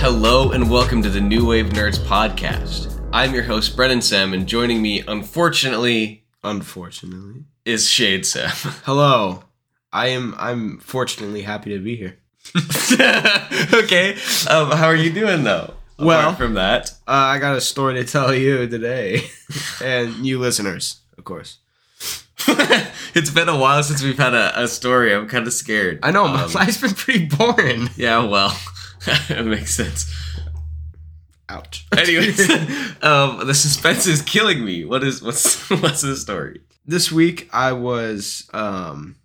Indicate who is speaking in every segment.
Speaker 1: Hello and welcome to the New Wave Nerds podcast. I'm your host Brennan Sam, and joining me, unfortunately,
Speaker 2: Unfortunately.
Speaker 1: is Shade Sam.
Speaker 2: Hello. I am I'm fortunately happy to be here.
Speaker 1: okay, um, how are you doing though?
Speaker 2: Well-
Speaker 1: Apart from that,
Speaker 2: Uh, I got a story to tell you today. and you listeners, of course.
Speaker 1: it's been a while since we've had a, a story. I'm kind of scared.
Speaker 2: I know my
Speaker 1: Um,
Speaker 2: life's been pretty boring.
Speaker 1: Yeah, well, it makes sense.
Speaker 2: Ouch.
Speaker 1: Anyways, um, the suspense is killing me. What is what's what's the story?
Speaker 2: this week I was um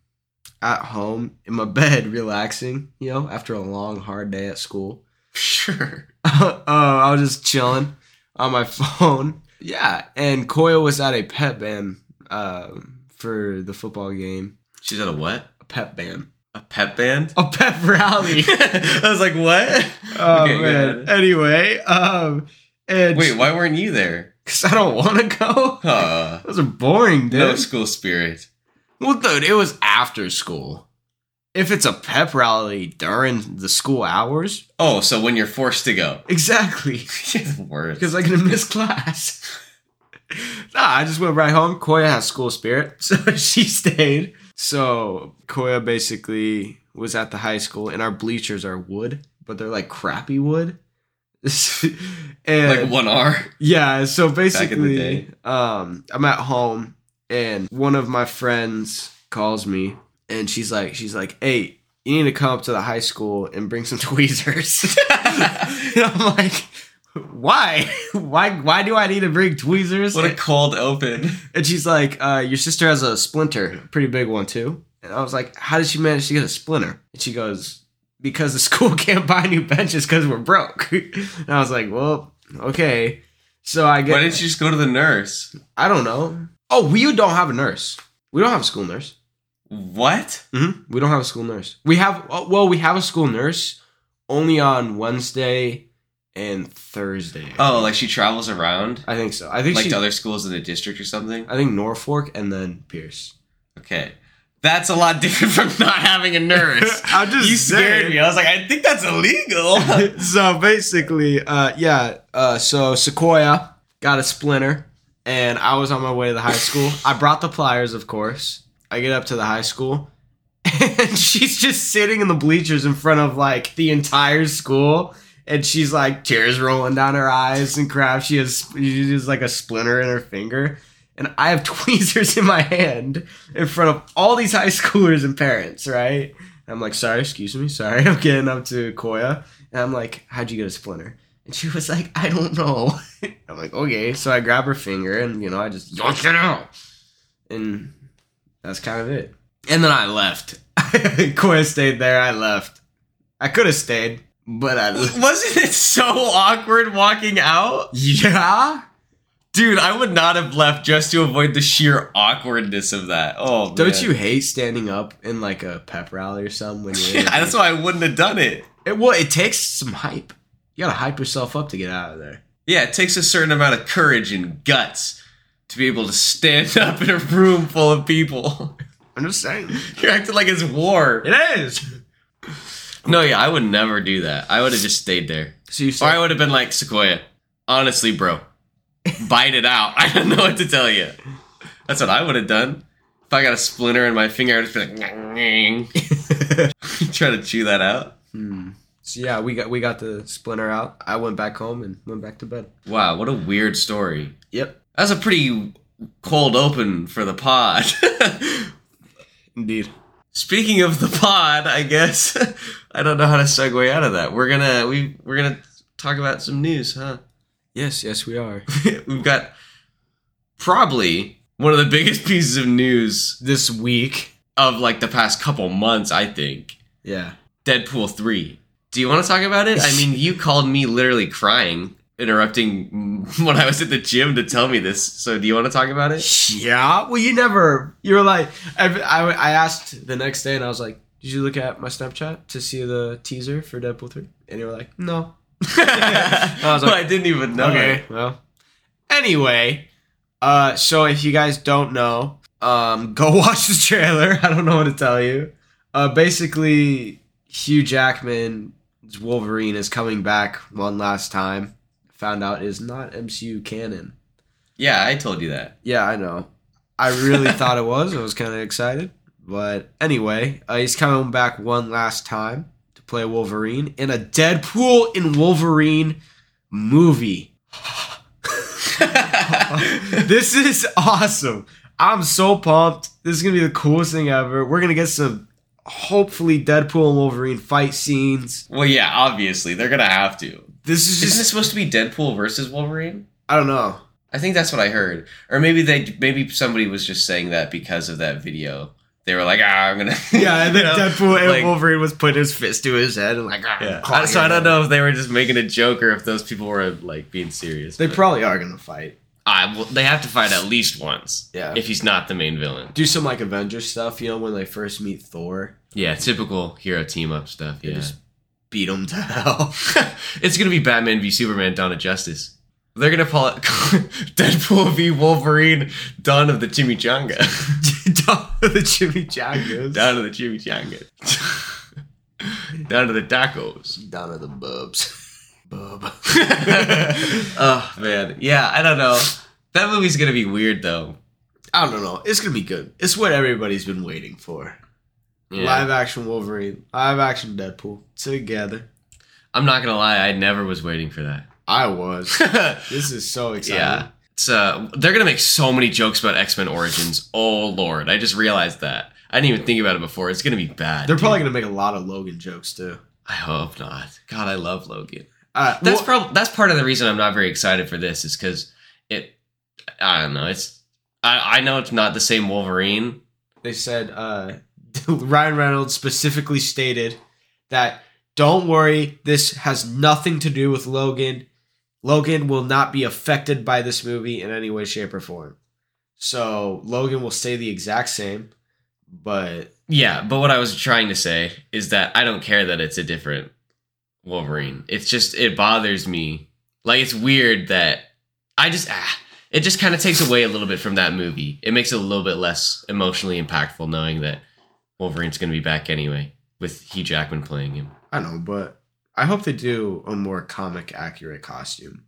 Speaker 2: at home in my bed relaxing, you know, after a long hard day at school.
Speaker 1: Sure.
Speaker 2: uh, I was just chilling on my phone. Yeah, and Coyle was at a pep band uh, for the football game.
Speaker 1: She's at a what?
Speaker 2: A pep band.
Speaker 1: A pep band?
Speaker 2: A pep rally.
Speaker 1: I was like, what?
Speaker 2: oh
Speaker 1: Okay, go
Speaker 2: man.
Speaker 1: ahead.
Speaker 2: Anyway, um, and
Speaker 1: Wait, why weren't you there?
Speaker 2: because I don't want to go.
Speaker 1: Uh,
Speaker 2: Those are boring, dude.
Speaker 1: no school spirit.
Speaker 2: well, dude, it was after school. If it's a pep rally during the school hours,
Speaker 1: Oh, so when you're forced to go.
Speaker 2: exactly.
Speaker 1: You're the worst.
Speaker 2: because I'm gonna miss class. nah, I just went right home. Koya has school spirit, so she stayed. So Koya basically was at the high school, and our bleachers are wood, but they're like crappy wood. and
Speaker 1: Like one R.
Speaker 2: yeah, so
Speaker 1: in the
Speaker 2: basically,
Speaker 1: day.
Speaker 2: um, I'm at home, and one of my friends calls me, and she's like, she's like, hey. You need to come up to the high school and bring some tweezers. And I'm like, why? Why why do I need to bring tweezers?
Speaker 1: What a cold open.
Speaker 2: and she's like, uh, your sister has a splinter, a pretty big one too. And I was like, how did she manage to get a splinter? And she goes, because the school can't buy new benches because we're broke. and I was like, well, okay. So I get.
Speaker 1: Why didn't you just go to the nurse?
Speaker 2: I don't know. Oh, we don't have a nurse. We don't have a school nurse.
Speaker 1: What?
Speaker 2: hmm We don't have a school nurse. We have oh, well, we have a school nurse only on Wednesday and Thursday.
Speaker 1: Oh, like she travels around?
Speaker 2: I think so. I think
Speaker 1: Like
Speaker 2: she,
Speaker 1: to other schools in the district or something?
Speaker 2: I think Norfolk and then Pierce.
Speaker 1: Okay. That's a lot different from not having a nurse.
Speaker 2: I'm just
Speaker 1: you scared
Speaker 2: saying.
Speaker 1: me. I was like, I think that's illegal.
Speaker 2: so basically, uh, yeah. Uh, so Sequoia got a splinter, and I was on my way to the high school. I brought the pliers, of course. I get up to the high school, and she's just sitting in the bleachers in front of like the entire school. And she's like tears rolling down her eyes and crap. She has she has like a splinter in her finger, and I have tweezers in my hand in front of all these high schoolers and parents. Right? I'm like, sorry, excuse me, sorry. I'm getting up to Koya, and I'm like, how'd you get a splinter? And she was like, I don't know. I'm like, okay. So I grab her finger, and you know, I just yanked it out, and that's kind of it. And then I left. Koya stayed there. I left. I could have stayed, but I left.
Speaker 1: Wasn't it so awkward walking out?
Speaker 2: yeah.
Speaker 1: Dude, I would not have left just to avoid the sheer awkwardness of that. Oh, man.
Speaker 2: Don't you hate standing up in like a pep rally or something when you're? in-
Speaker 1: Yeah, that's why I wouldn't have done it.
Speaker 2: it, well, it takes some hype. You gotta hype yourself up to get out of there.
Speaker 1: Yeah, it takes a certain amount of courage and guts to be able to stand up in a room full of people.
Speaker 2: I'm just saying.
Speaker 1: You're acting like it's war.
Speaker 2: It is.
Speaker 1: No, yeah, I would never do that. I would have just stayed there.
Speaker 2: So you
Speaker 1: Or I
Speaker 2: said
Speaker 1: would have been like, Sequoia, honestly, bro, bite it out. I don't know what to tell you. That's what I would have done. If I got a splinter in my finger, I'd just be like, "Nyang, nyang." try to chew that out.
Speaker 2: Hmm. So yeah, we got we got the splinter out. I went back home and went back to bed.
Speaker 1: Wow, what a weird story.
Speaker 2: Yep,
Speaker 1: That's a pretty cold open for the pod.
Speaker 2: indeed.
Speaker 1: Speaking of the pod, I guess I don't know how to segue out of that. We're gonna we we're gonna talk about some news, huh?
Speaker 2: Yes, yes, we are.
Speaker 1: We've got probably one of the biggest pieces of news
Speaker 2: this week.
Speaker 1: of like the past couple months, I think.
Speaker 2: Yeah.
Speaker 1: Deadpool 3. Do you want to talk about it? I mean, you called me literally crying, interrupting when I was at the gym to tell me this. So, do you want to talk about it?
Speaker 2: Yeah. Well, you never. You were like, I, I, I asked the next day, and I was like, "Did you look at my Snapchat to see the teaser for Deadpool 3? And you were like, "No."
Speaker 1: I,
Speaker 2: was like,
Speaker 1: I didn't even know.
Speaker 2: Okay. Well. Anyway, uh, so if you guys don't know, um, go watch the trailer. I don't know what to tell you. Uh, basically, Hugh Jackman Wolverine is coming back one last time. Found out is not MCU canon.
Speaker 1: Yeah, I told you that.
Speaker 2: Yeah, I know. I really thought it was. I was kind of excited. But anyway, uh, he's coming back one last time to play Wolverine in a Deadpool in Wolverine movie. this is awesome. I'm so pumped. This is going to be the coolest thing ever. We're going to get some hopefully Deadpool and Wolverine fight scenes.
Speaker 1: well, yeah, obviously they're gonna have to.
Speaker 2: This is
Speaker 1: Isn't
Speaker 2: just
Speaker 1: this supposed to be Deadpool versus Wolverine?
Speaker 2: I don't know.
Speaker 1: I think that's what I heard, or maybe they maybe somebody was just saying that because of that video. They were like, ah, I'm gonna.
Speaker 2: Yeah, and
Speaker 1: you
Speaker 2: then
Speaker 1: know,
Speaker 2: Deadpool and
Speaker 1: like-
Speaker 2: Wolverine was putting his fist to his head and like, ah,
Speaker 1: Yeah.
Speaker 2: claw
Speaker 1: so I
Speaker 2: your
Speaker 1: don't
Speaker 2: head.
Speaker 1: know if they were just making a joke or if those people were like being serious.
Speaker 2: They
Speaker 1: but-
Speaker 2: probably are gonna fight.
Speaker 1: I well, they have to fight at least once.
Speaker 2: Yeah.
Speaker 1: If he's not the main villain.
Speaker 2: Do some like Avengers stuff, you know, when they first meet Thor,
Speaker 1: Yeah, typical hero team up stuff.
Speaker 2: they
Speaker 1: Yeah.
Speaker 2: just beat him to hell.
Speaker 1: it's gonna be Batman v Superman: Dawn of Justice. They're gonna call it Deadpool v Wolverine: Dawn of the Chimichanga.
Speaker 2: Down to the Jimmy Jackers.
Speaker 1: Dawn of the Chimichanga. Down to the tacos.
Speaker 2: Down to the bubs. Uh, Bub.
Speaker 1: oh man, yeah, I don't know. That movie's gonna be weird though.
Speaker 2: I don't know. It's gonna be good. It's what everybody's been waiting for.
Speaker 1: Yeah.
Speaker 2: Live action Wolverine, live action Deadpool together.
Speaker 1: I'm not gonna lie, I never was waiting for that.
Speaker 2: I was. this is so exciting.
Speaker 1: Yeah. It's, uh, they're gonna make so many jokes about X Men Origins. Oh lord, I just realized that. I didn't even think about it before. It's gonna be bad.
Speaker 2: They're
Speaker 1: dude.
Speaker 2: probably gonna make a lot of Logan jokes too.
Speaker 1: I hope not. God, I love Logan.
Speaker 2: Uh,
Speaker 1: That's probably that's part of the reason I'm not very excited for this is because it. I don't know. It's I I know it's not the same Wolverine.
Speaker 2: they said uh, Ryan Reynolds specifically stated that don't worry, this has nothing to do with Logan. Logan will not be affected by this movie in any way, shape, or form. So Logan will stay the exact same, but
Speaker 1: Yeah, but what I was trying to say is that I don't care that it's a different Wolverine. It's just it bothers me. Like it's weird that I just ah, it just kind of takes away a little bit from that movie. It makes it a little bit less emotionally impactful knowing that Wolverine's going to be back anyway with Hugh Jackman playing him.
Speaker 2: I don't know. But I hope they do a more comic accurate costume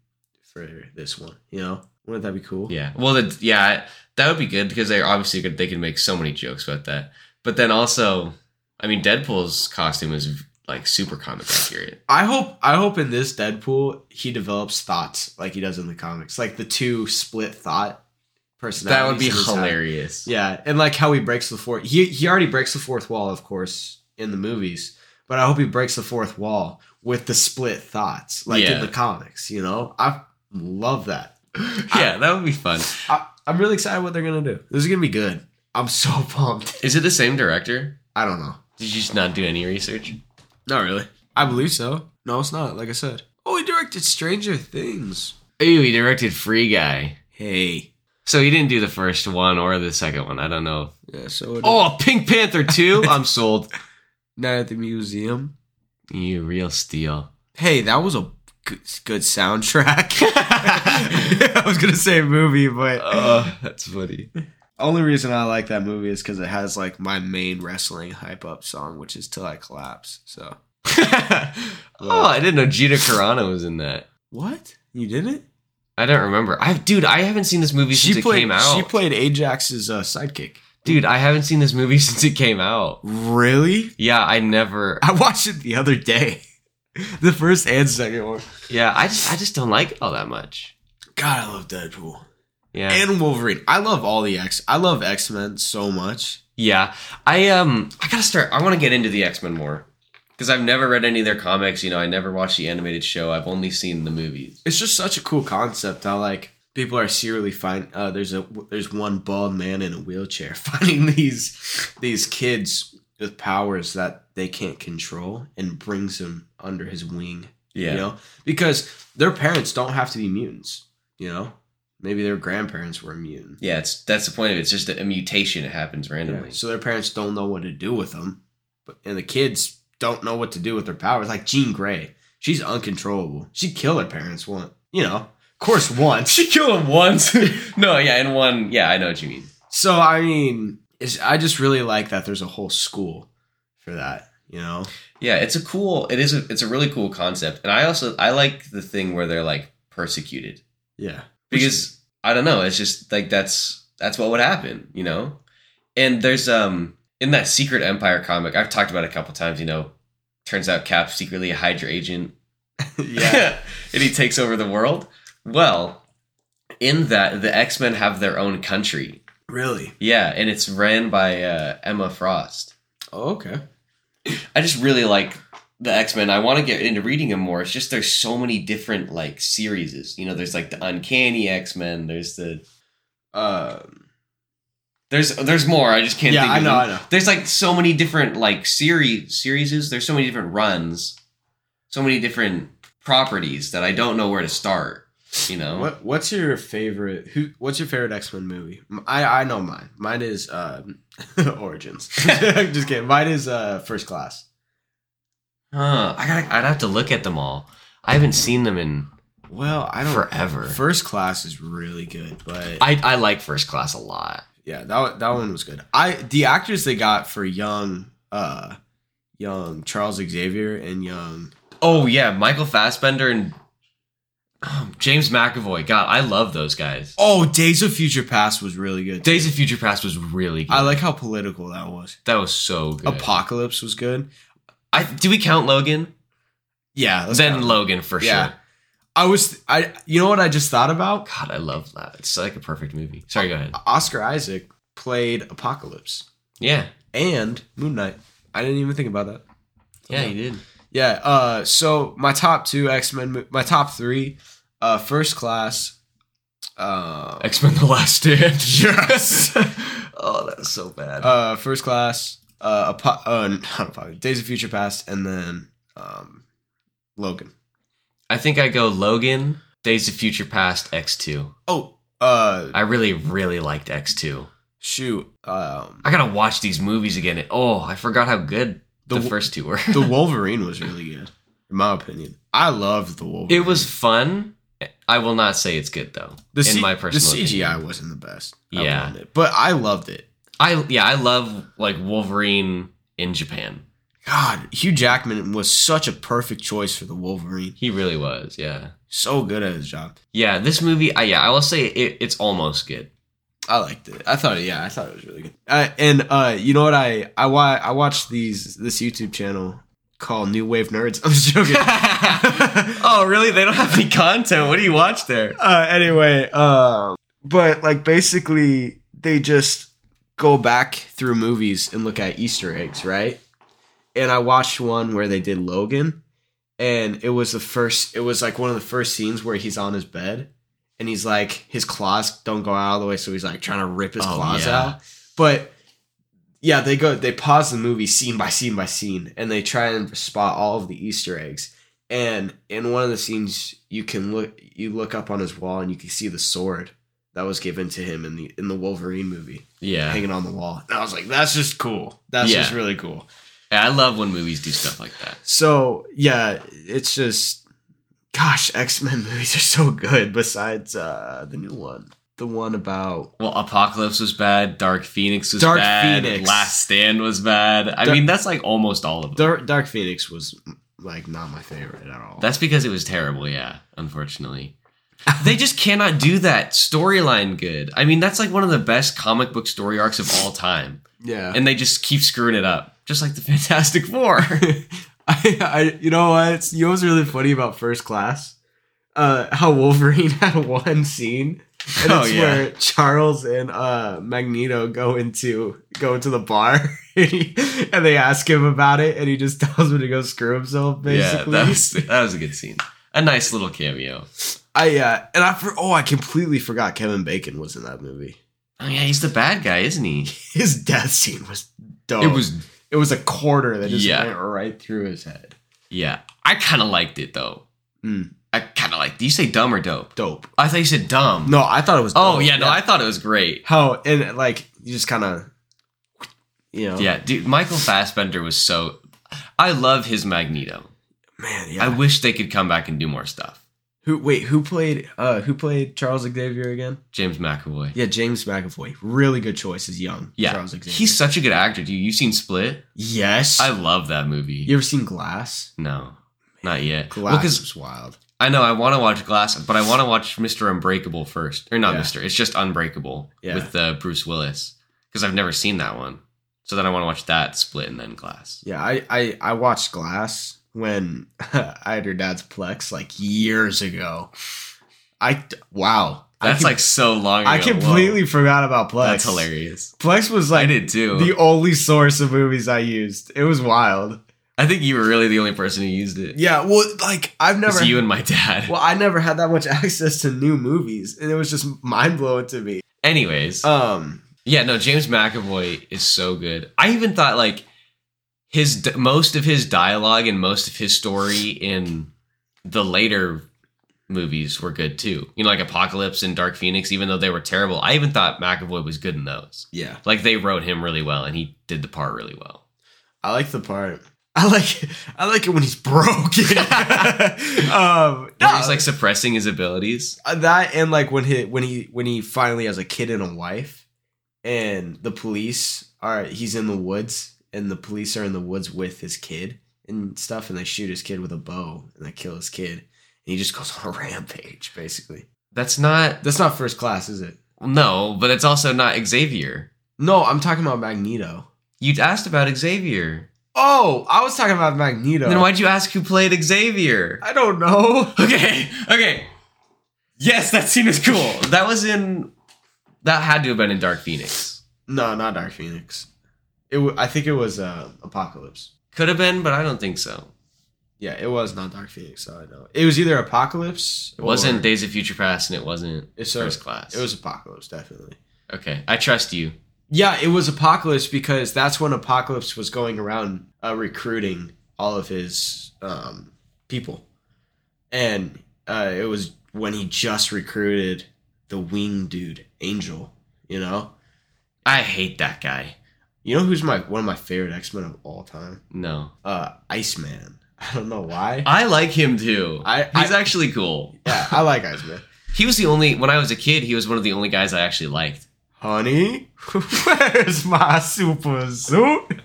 Speaker 2: for this one. You know, wouldn't that be cool?
Speaker 1: Yeah. Well, that yeah, that would be good because they obviously could they can make so many jokes about that. But then also, I mean Deadpool's costume is like super comic accurate.
Speaker 2: I hope I hope in this Deadpool he develops thoughts like he does in the comics, like the two split thought personalities.
Speaker 1: That would be
Speaker 2: in his head.
Speaker 1: hilarious.
Speaker 2: Yeah, and like how he breaks the fourth. He he already breaks the fourth wall, of course, in the movies. But I hope he breaks the fourth wall with the split thoughts, like
Speaker 1: Yeah.
Speaker 2: in the comics. You know, I love that.
Speaker 1: yeah, that would be fun.
Speaker 2: I, I'm really excited what they're gonna do. This is gonna be good. I'm so pumped.
Speaker 1: Is it the same director?
Speaker 2: I don't know.
Speaker 1: Did you just not do any research?
Speaker 2: Not really. I believe so. No, it's not. Like I said. Oh, he directed Stranger Things.
Speaker 1: Ooh, he directed Free Guy.
Speaker 2: Hey.
Speaker 1: So he didn't do the first one or the second one. I don't know.
Speaker 2: Yeah, so it
Speaker 1: Oh, Pink Panther 2? I'm sold.
Speaker 2: Night at the Museum.
Speaker 1: You real steal.
Speaker 2: Hey, that was a good, good soundtrack. I was gonna say movie, but uh,
Speaker 1: Oh, that's funny.
Speaker 2: only reason I like that movie is because it has like my main wrestling hype up song, which is "Till I Collapse." So
Speaker 1: oh, I didn't know Gita Carano was in that.
Speaker 2: what you didn't?
Speaker 1: I don't remember. I dude, I haven't seen this movie since
Speaker 2: She
Speaker 1: it
Speaker 2: played.
Speaker 1: came out.
Speaker 2: She played Ajax's uh, sidekick.
Speaker 1: dude, I haven't seen this movie since it came out.
Speaker 2: Really?
Speaker 1: Yeah, I never.
Speaker 2: I watched it the other day. the first and second one.
Speaker 1: Yeah, I just I just don't like it all that much.
Speaker 2: God, I love Deadpool
Speaker 1: Yeah.
Speaker 2: and Wolverine. I love all the X. I love X Men so much.
Speaker 1: Yeah, I um, I gotta start. I want to get into the X Men more because I've never read any of their comics. You know, I never watched the animated show. I've only seen the movies.
Speaker 2: it's just such a cool concept how like people are serially find uh, there's a there's one bald man in a wheelchair finding these these kids with powers that they can't control and brings them under his wing you know because their parents don't have to be mutants you know maybe their grandparents were mutant
Speaker 1: yeah. It's that's the point of it. It's just a, mutation. It happens randomly.
Speaker 2: so their parents don't know what to do with them but, and the kids don't know what to do with their powers like jean gray she's uncontrollable she'd kill her parents once you know of course once
Speaker 1: She killed him once. no, yeah, in one. Yeah, I know what you mean.
Speaker 2: So I mean, it's, I just really like that there's a whole school for that. You know,
Speaker 1: Yeah, it's a cool. It is. A, it's a really cool concept, and I also I like the thing where they're like persecuted
Speaker 2: Yeah.
Speaker 1: because I don't know. It's just like that's that's what would happen, you know. And there's um in that Secret Empire comic I've talked about it a couple times. You know, turns out Cap's secretly a Hydra agent.
Speaker 2: yeah.
Speaker 1: and he takes over the world. Well, in that the X Men have their own country.
Speaker 2: Really?
Speaker 1: Yeah, and it's ran by uh, Emma Frost.
Speaker 2: Oh, okay.
Speaker 1: I just really like the X Men. I want to get into reading them more. It's just there's so many different like series. You know, there's like the Uncanny X Men. There's the
Speaker 2: Uh,
Speaker 1: there's there's more. I just can't.
Speaker 2: yeah,
Speaker 1: think
Speaker 2: I
Speaker 1: of
Speaker 2: know,
Speaker 1: them.
Speaker 2: I know.
Speaker 1: There's like so many different like series series. There's so many different runs, so many different properties that I don't know where to start. You know,
Speaker 2: What What's your favorite? Who What's your favorite X Men movie? M- I I know mine. Mine is uh, Origins. Just kidding. Mine is uh, First Class.
Speaker 1: Huh. I gotta. I'd have to look at them all. I haven't seen them in
Speaker 2: Well, I don't.
Speaker 1: forever.
Speaker 2: First Class is really good, but
Speaker 1: I I like First Class a lot.
Speaker 2: yeah, that one- that one was good. I the actors they got for young uh, young Charles Xavier and young
Speaker 1: Oh yeah, Michael Fassbender and um, James McAvoy. God, I love those guys.
Speaker 2: oh Days of Future Past was really good. too.
Speaker 1: Days of Future Past was really good.
Speaker 2: I like how political that was.
Speaker 1: that was so good.
Speaker 2: Apocalypse was good.
Speaker 1: I, do we count Logan?
Speaker 2: Yeah, let's
Speaker 1: then
Speaker 2: go.
Speaker 1: Logan for
Speaker 2: Yeah.
Speaker 1: sure.
Speaker 2: I was I you know what I just thought about?
Speaker 1: God, I love that. It's like a perfect movie. Sorry, go ahead.
Speaker 2: Oscar Isaac played Apocalypse
Speaker 1: Yeah,
Speaker 2: and Moon Knight. I didn't even think about that.
Speaker 1: yeah, you did.
Speaker 2: Yeah, uh so my top 2 X-Men mo- my top 3 uh First Class uh
Speaker 1: X Men: The Last Stand. Yes. oh, that's so bad.
Speaker 2: uh First Class uh, Apo- uh not Apocalypse, Days of Future Past and then um Logan.
Speaker 1: I think I go Logan, Days of Future Past, X Two.
Speaker 2: Oh, uh
Speaker 1: I really, really liked X Two.
Speaker 2: shoot. Um
Speaker 1: I gotta watch these movies again. Oh, I forgot how good the,
Speaker 2: The-
Speaker 1: first two were.
Speaker 2: the Wolverine was really good, in my opinion. I loved the Wolverine.
Speaker 1: it was fun. I will not say it's good though.
Speaker 2: the
Speaker 1: in my personal
Speaker 2: the CGI
Speaker 1: opinion.
Speaker 2: wasn't the best.
Speaker 1: Yeah.
Speaker 2: I it. but I loved it.
Speaker 1: I yeah, I love like Wolverine in Japan.
Speaker 2: God, Hugh Jackman was such a perfect choice for the Wolverine.
Speaker 1: He really was. Yeah,
Speaker 2: So good at his job.
Speaker 1: yeah. This movie, I, yeah, I will say it, it's almost good.
Speaker 2: I liked it. I thought, yeah, I thought it was really good. Uh, and uh, you know what? I I wa- I watched these this YouTube channel called New Wave Nerds. I'm just joking.
Speaker 1: oh, really? They don't have any content. What do you watch there?
Speaker 2: uh, anyway, um, but like basically, they just go back through movies and look at Easter eggs, right? And I watched one where they did Logan, and it was the first. It was like one of the first scenes where he's on his bed, and he's like his claws don't go out all the way, so he's like trying to rip his
Speaker 1: Oh,
Speaker 2: claws
Speaker 1: yeah.
Speaker 2: out. But yeah, they go. They pause the movie scene by scene by scene, and they try and spot all of the Easter eggs. And in one of the scenes, you can look you look up on his wall and you can see the sword that was given to him in the in the Wolverine movie
Speaker 1: Yeah,
Speaker 2: hanging on the wall. And I was like, that's just cool. That's
Speaker 1: Yeah.
Speaker 2: just really cool.
Speaker 1: I love when movies do stuff like that.
Speaker 2: So yeah, it's just gosh, X Men movies are so good. Besides uh the new one, the one about
Speaker 1: Well, Apocalypse was bad. Dark Phoenix was
Speaker 2: Dark
Speaker 1: bad.
Speaker 2: Phoenix.
Speaker 1: Last Stand was bad. I
Speaker 2: Dar-
Speaker 1: mean, that's like almost all of them.
Speaker 2: Dark, Dark Phoenix was like not my favorite at all.
Speaker 1: that's because it was terrible. Yeah, unfortunately, they just cannot do that storyline good. I mean, that's like one of the best comic book story arcs of all time,
Speaker 2: yeah.
Speaker 1: and they just keep screwing it up, just like the Fantastic Four.
Speaker 2: I, I, you know what? You know what's really funny about First Class? Uh, how Wolverine had one scene, and
Speaker 1: Oh,
Speaker 2: it's
Speaker 1: yeah.
Speaker 2: where Charles and uh Magneto go into go into the bar, and, he, and they ask him about it, and he just tells them to go screw himself.
Speaker 1: yeah,
Speaker 2: Basically,
Speaker 1: that was that was a good scene. A nice little cameo.
Speaker 2: I yeah, and I for, oh I completely forgot Kevin Bacon was in that movie.
Speaker 1: Oh yeah, he's the bad guy, isn't he?
Speaker 2: His death scene was dope.
Speaker 1: It was
Speaker 2: it was a quarter that just
Speaker 1: Yeah.
Speaker 2: went right through his head.
Speaker 1: yeah. I kind of liked it though.
Speaker 2: Mm.
Speaker 1: I kind of liked. Did you say dumb or dope?
Speaker 2: Dope.
Speaker 1: I thought you said dumb.
Speaker 2: No, I thought it was.
Speaker 1: Oh
Speaker 2: dope.
Speaker 1: yeah, no, I thought it was great.
Speaker 2: how and like you just kind of you know
Speaker 1: Yeah, dude, Michael Fassbender was so. I love his Magneto.
Speaker 2: man
Speaker 1: I
Speaker 2: yeah
Speaker 1: wish they could come back and do more stuff.
Speaker 2: Who wait? Who played? Uh, who played Charles Xavier again?
Speaker 1: James McAvoy.
Speaker 2: Yeah, James McAvoy. Really good choice as young.
Speaker 1: Yeah,
Speaker 2: Charles Xavier.
Speaker 1: he's such a good actor, dude. You seen Split?
Speaker 2: yes.
Speaker 1: I love that movie.
Speaker 2: you ever seen Glass?
Speaker 1: no, not yet.
Speaker 2: Glass
Speaker 1: Well, 'cause
Speaker 2: was wild.
Speaker 1: I know I want to watch Glass, but I want to watch Mr. Unbreakable first, or not
Speaker 2: Yeah.
Speaker 1: Mr. It's just Unbreakable
Speaker 2: Yeah.
Speaker 1: with uh, Bruce Willis because I've never seen that one. So then I want to watch that Split and then Glass.
Speaker 2: Yeah, I I, I watched Glass when I had your dad's Plex like years ago. I wow.
Speaker 1: That's
Speaker 2: I com-
Speaker 1: like so long. ago.
Speaker 2: I completely forgot about
Speaker 1: Whoa,
Speaker 2: Plex.
Speaker 1: that's hilarious.
Speaker 2: Plex was
Speaker 1: I
Speaker 2: like
Speaker 1: did too.
Speaker 2: the only source of movies I used. It was wild.
Speaker 1: I think you were really the only person who used it.
Speaker 2: Yeah, well, like I've
Speaker 1: It was
Speaker 2: never.
Speaker 1: you and my dad.
Speaker 2: well, I never had that much access to new movies, and it was just mind blowing to me.
Speaker 1: Anyways,
Speaker 2: Um,
Speaker 1: yeah, no, James McAvoy is so good. I even thought like his d- most of his dialogue and most of his story in the later movies were good too. You know, like Apocalypse and Dark Phoenix, even though they were terrible. I even thought McAvoy was good in those.
Speaker 2: yeah,
Speaker 1: Like they wrote him really well, and he did the part really well.
Speaker 2: I like the part. I like I like it when he's broken. um,
Speaker 1: Where
Speaker 2: no, uh,
Speaker 1: He's like suppressing his abilities.
Speaker 2: that and like when he when he when he finally has a kid and a wife, and the police are he's in the woods and the police are in the woods with his kid and stuff, and they shoot his kid with a bow and they kill his kid, and he just goes on a rampage basically.
Speaker 1: That's not
Speaker 2: That's not first class, is it?
Speaker 1: no, but it's also not Xavier.
Speaker 2: No, I'm talking about Magneto.
Speaker 1: You asked about Xavier.
Speaker 2: Oh, I was talking about Magneto.
Speaker 1: Then why'd you ask who played Xavier?
Speaker 2: I don't know.
Speaker 1: Okay, okay. Yes, that scene is cool. That was in. That had to have been in Dark Phoenix.
Speaker 2: No, not Dark Phoenix. It w- I think it was uh, Apocalypse.
Speaker 1: Could have been, but I don't think so.
Speaker 2: Yeah, it was not Dark Phoenix. So I know it was either Apocalypse.
Speaker 1: It wasn't Days of Future Past, and it wasn't
Speaker 2: It's a-
Speaker 1: First Class.
Speaker 2: It was Apocalypse, definitely.
Speaker 1: okay. I trust you.
Speaker 2: Yeah, it was Apocalypse because that's when Apocalypse was going around uh, recruiting all of his um, people, and uh, it was when he just recruited the wing dude, Angel. You know,
Speaker 1: I hate that guy.
Speaker 2: you know who's my one of my favorite X Men of all time?
Speaker 1: No,
Speaker 2: Uh, Iceman. I don't know why.
Speaker 1: I like him too.
Speaker 2: I-
Speaker 1: He's
Speaker 2: I-
Speaker 1: actually cool.
Speaker 2: yeah, I like Iceman.
Speaker 1: He was the only when I was a kid. He was one of the only guys I actually liked.
Speaker 2: Honey, where's my super suit?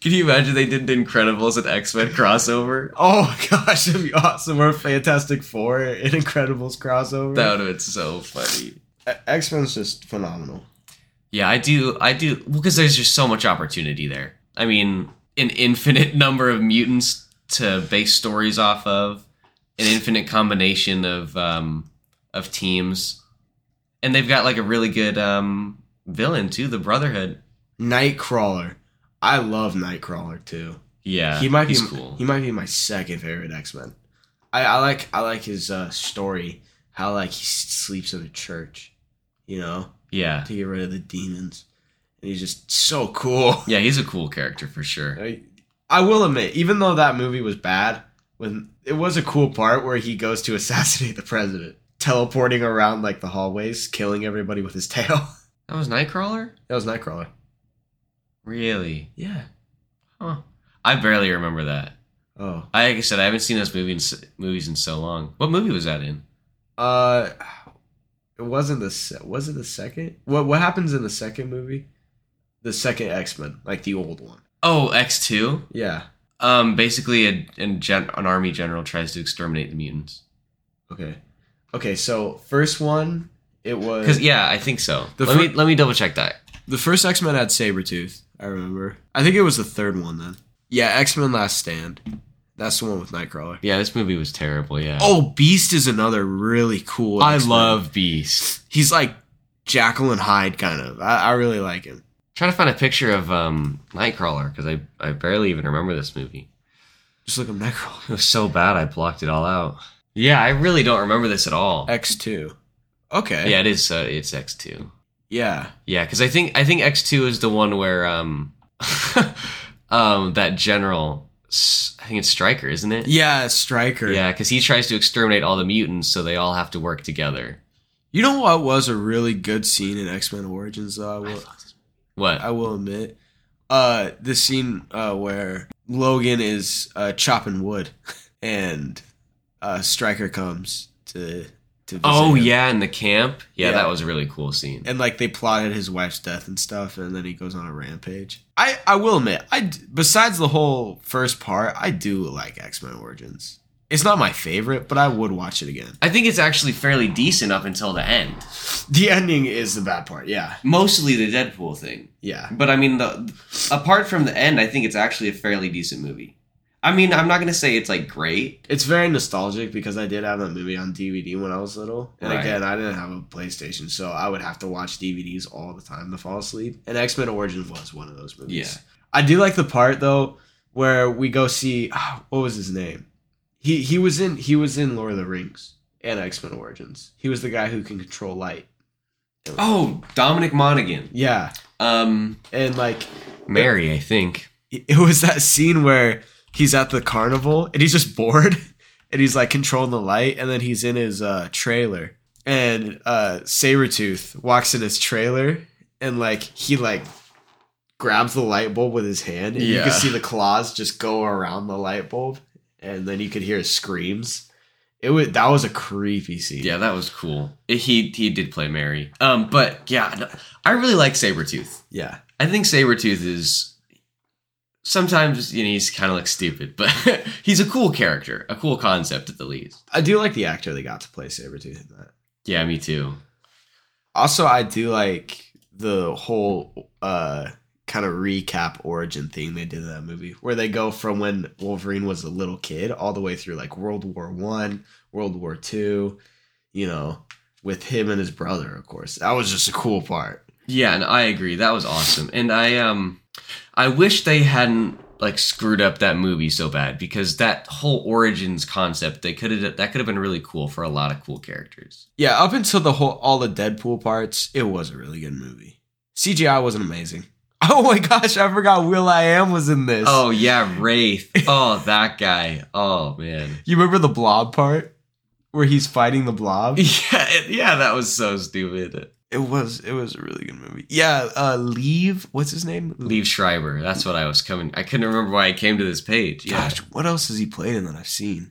Speaker 1: Can you imagine they did an Incredibles and X Men crossover?
Speaker 2: Oh my gosh, that'd be awesome. We're Fantastic Four and Incredibles crossover.
Speaker 1: That would have been so funny.
Speaker 2: X Men's just phenomenal.
Speaker 1: Yeah, I do. I do. Well, because there's just so much opportunity there. I mean, an infinite number of mutants to base stories off of, an infinite combination of um, of teams, and they've got like a really good um, villain too, the Brotherhood.
Speaker 2: Nightcrawler. I love Nightcrawler too.
Speaker 1: Yeah,
Speaker 2: he might be
Speaker 1: he's cool.
Speaker 2: he might be my second favorite X Men. I, I like I like his uh, story. How like he s- sleeps in a church, you know,
Speaker 1: yeah,
Speaker 2: to get rid of the demons, and he's just so cool.
Speaker 1: yeah, he's a cool character for sure.
Speaker 2: I, I will admit, even though that movie was bad, when it was a cool part where he goes to assassinate the president, teleporting around like the hallways, killing everybody with his tail.
Speaker 1: That was Nightcrawler.
Speaker 2: That was Nightcrawler.
Speaker 1: Really?
Speaker 2: Yeah.
Speaker 1: Huh. I barely remember that.
Speaker 2: Oh.
Speaker 1: I, like I said, I haven't seen those movies in, s- movies in so long. What movie was that in?
Speaker 2: Uh, it wasn't the se- was it the second? What what happens in the second movie? The second X Men, like the old one.
Speaker 1: Oh, X two.
Speaker 2: Yeah.
Speaker 1: Um, basically, a, an, gen- an army general tries to exterminate the mutants.
Speaker 2: Okay. Okay. So first one, it was
Speaker 1: Because yeah, I think so.
Speaker 2: The
Speaker 1: let
Speaker 2: fir-
Speaker 1: me let me double check that.
Speaker 2: The first X Men had Sabretooth, I remember. I think it was the third one then. Yeah, X Men Last Stand. That's the one with Nightcrawler.
Speaker 1: Yeah, this movie was terrible. Yeah.
Speaker 2: Oh, Beast is another really cool.
Speaker 1: I
Speaker 2: X-Men.
Speaker 1: love Beast.
Speaker 2: He's like Jackal and Hyde kind of. I, I really like him.
Speaker 1: Trying to find a picture of um Nightcrawler because I I barely even remember this movie.
Speaker 2: Just look up Nightcrawler.
Speaker 1: It was so bad I blocked it all out. Yeah, I really don't remember this at all.
Speaker 2: X two. Okay.
Speaker 1: Yeah, it is. Uh, it's X two.
Speaker 2: Yeah.
Speaker 1: Yeah, because I think I think X two is the one where um um that general s- I think it's Stryker, isn't it?
Speaker 2: Yeah, Striker.
Speaker 1: Yeah, because he tries to exterminate all the mutants, so they all have to work together.
Speaker 2: You know what was a really good scene in X Men Origins though? I will,
Speaker 1: What?
Speaker 2: I will admit. Uh, this scene uh, where Logan is uh, chopping wood, and uh, Striker comes to to visit
Speaker 1: Oh
Speaker 2: him.
Speaker 1: yeah, in the camp. Yeah,
Speaker 2: Yeah.
Speaker 1: that was a really cool scene.
Speaker 2: and like they plotted his wife's death and stuff and then he goes on a rampage i i will admit i d- besides the whole first part i do like x-men origins it's not my favorite but i would watch it again
Speaker 1: I think it's actually fairly decent up until the end.
Speaker 2: the ending is the bad part yeah
Speaker 1: Mostly the Deadpool thing.
Speaker 2: yeah
Speaker 1: But I mean, the apart from the end, I think it's actually a fairly decent movie. I mean, I'm not gonna say it's like great.
Speaker 2: it's very nostalgic because i did have that movie on dvd when i was little and
Speaker 1: Right.
Speaker 2: again i didn't have a playstation so i would have to watch dvds all the time to fall asleep and x-men origins was one of those movies
Speaker 1: Yeah.
Speaker 2: i do like the part though where we go see ah, what was his name he he was in he was in lord of the rings and x-men origins he was the guy who can control light
Speaker 1: Oh, Dominic Monaghan.
Speaker 2: yeah
Speaker 1: Um,
Speaker 2: and like
Speaker 1: Mary, I think.
Speaker 2: it was that scene where he's at the carnival and he's just bored and he's like controlling the light and then he's in his uh trailer and uh Sabretooth walks in his trailer and like he like grabs the light bulb with his hand and you
Speaker 1: Yeah.
Speaker 2: can see the claws just go around the light bulb and then you could hear screams. It was that was a creepy scene.
Speaker 1: Yeah, that was cool. He he did play Mary. Um, but yeah, I really like Sabretooth.
Speaker 2: Yeah.
Speaker 1: I think Sabretooth is sometimes you know he's kind of like stupid, but he's a cool character, a cool concept at the least.
Speaker 2: I do like the actor they got to play Sabretooth in that.
Speaker 1: Yeah, me too.
Speaker 2: Also, I do like the whole uh kind of recap origin thing they did in that movie, where they go from when Wolverine was a little kid all the way through like World War One, World War Two, you know, with him and his brother, of course. That was just a cool part.
Speaker 1: Yeah, and I agree. That was awesome. And I um I wish they hadn't like screwed up that movie so bad because that whole origins concept they could have that could have been really cool for a lot of cool characters.
Speaker 2: Yeah, up until the whole all the Deadpool parts, it was a really good movie. CGI wasn't amazing. Oh my gosh, I forgot Will I Am was in this.
Speaker 1: Oh yeah, Wraith. Oh, that guy. Oh man.
Speaker 2: you remember the blob part where he's fighting the blob?
Speaker 1: Yeah, it- yeah, that was so stupid.
Speaker 2: It was it was a really good movie. Yeah, uh Leave, what's his name?
Speaker 1: Leave Schreiber. That's what I was coming. I couldn't remember why I came to this page. Yeah.
Speaker 2: Gosh, what else has he played in that I've seen?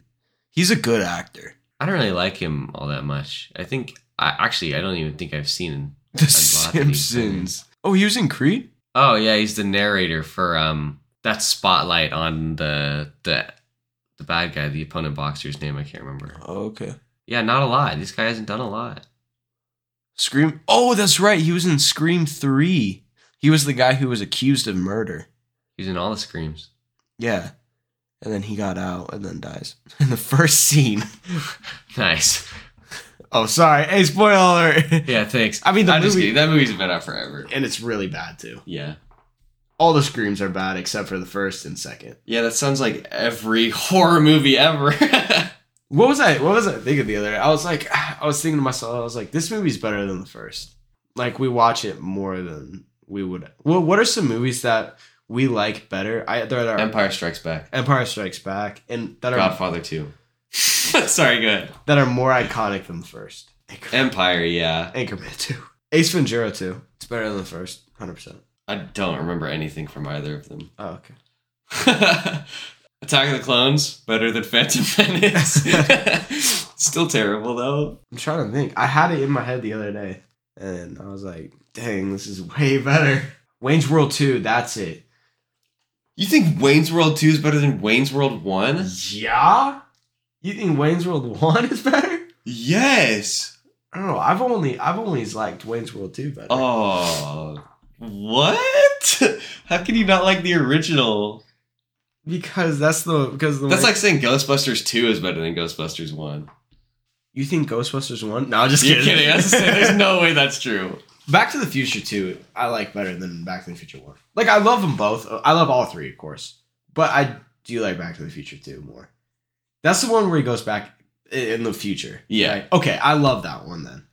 Speaker 2: He's a good actor.
Speaker 1: I don't really like him all that much. I think I actually I don't even think I've seen him.
Speaker 2: The
Speaker 1: lot that he's been in.
Speaker 2: Simpsons. Oh, he was in Creed?
Speaker 1: Oh yeah, he's the narrator for um that spotlight on the the the bad guy, the opponent boxer's name. I can't remember.
Speaker 2: Oh, okay.
Speaker 1: Yeah, not a lot. This guy hasn't done a lot.
Speaker 2: Scream Oh, that's right. He was in Scream 3. He was the guy who was accused of murder.
Speaker 1: He's in all the screams.
Speaker 2: Yeah. And then he got out and then dies. In the first scene.
Speaker 1: Nice.
Speaker 2: Oh, sorry. Hey, spoiler alert.
Speaker 1: Yeah, thanks.
Speaker 2: I mean, the
Speaker 1: I'm just
Speaker 2: movie-
Speaker 1: kidding. That movie's been out forever.
Speaker 2: And it's really bad too.
Speaker 1: Yeah.
Speaker 2: All the screams are bad except for the first and second.
Speaker 1: Yeah, that sounds like every horror movie ever.
Speaker 2: What was I? What was I thinking the other day? I was like, I was thinking to myself, I was like, this movie's better than the first. Like we watch it more than we would. Well, what are some movies that we like better? I there are Empire,
Speaker 1: Empire Strikes Back.
Speaker 2: Strikes Back, and that are
Speaker 1: Godfather 2. Sorry, go ahead.
Speaker 2: that are more iconic than the first. Anchor,
Speaker 1: Empire, yeah.
Speaker 2: Anchorman two, Ace Ventura two. It's better than the first, hundred percent.
Speaker 1: I don't remember anything from either of them.
Speaker 2: Oh, okay.
Speaker 1: Attack of the Clones, better than Phantom Menace. Still terrible though.
Speaker 2: I'm trying to think. I had it in my head the other day, and I was like, dang, this is way better. Wayne's World two. That's it.
Speaker 1: You think Wayne's World 2 is better than Wayne's World 1?
Speaker 2: Yeah. You think Wayne's World one is better?
Speaker 1: Yes.
Speaker 2: I don't know. I've only I've only liked Wayne's World 2 better.
Speaker 1: Oh. What? How can you not like the original?
Speaker 2: because that's the because the
Speaker 1: That's
Speaker 2: way-
Speaker 1: like saying Ghostbusters 2 is better than Ghostbusters 1.
Speaker 2: you think Ghostbusters 1? No, just
Speaker 1: You're
Speaker 2: kidding.
Speaker 1: kidding. I was gonna say, there's no way that's true.
Speaker 2: Back to the Future 2 I like better than Back to the Future 1. Like I love them both. I love all three, of course. But I do like Back to the Future 2 more. That's the one where he goes back i- in the future.
Speaker 1: Yeah.
Speaker 2: right? Okay, I love that one then.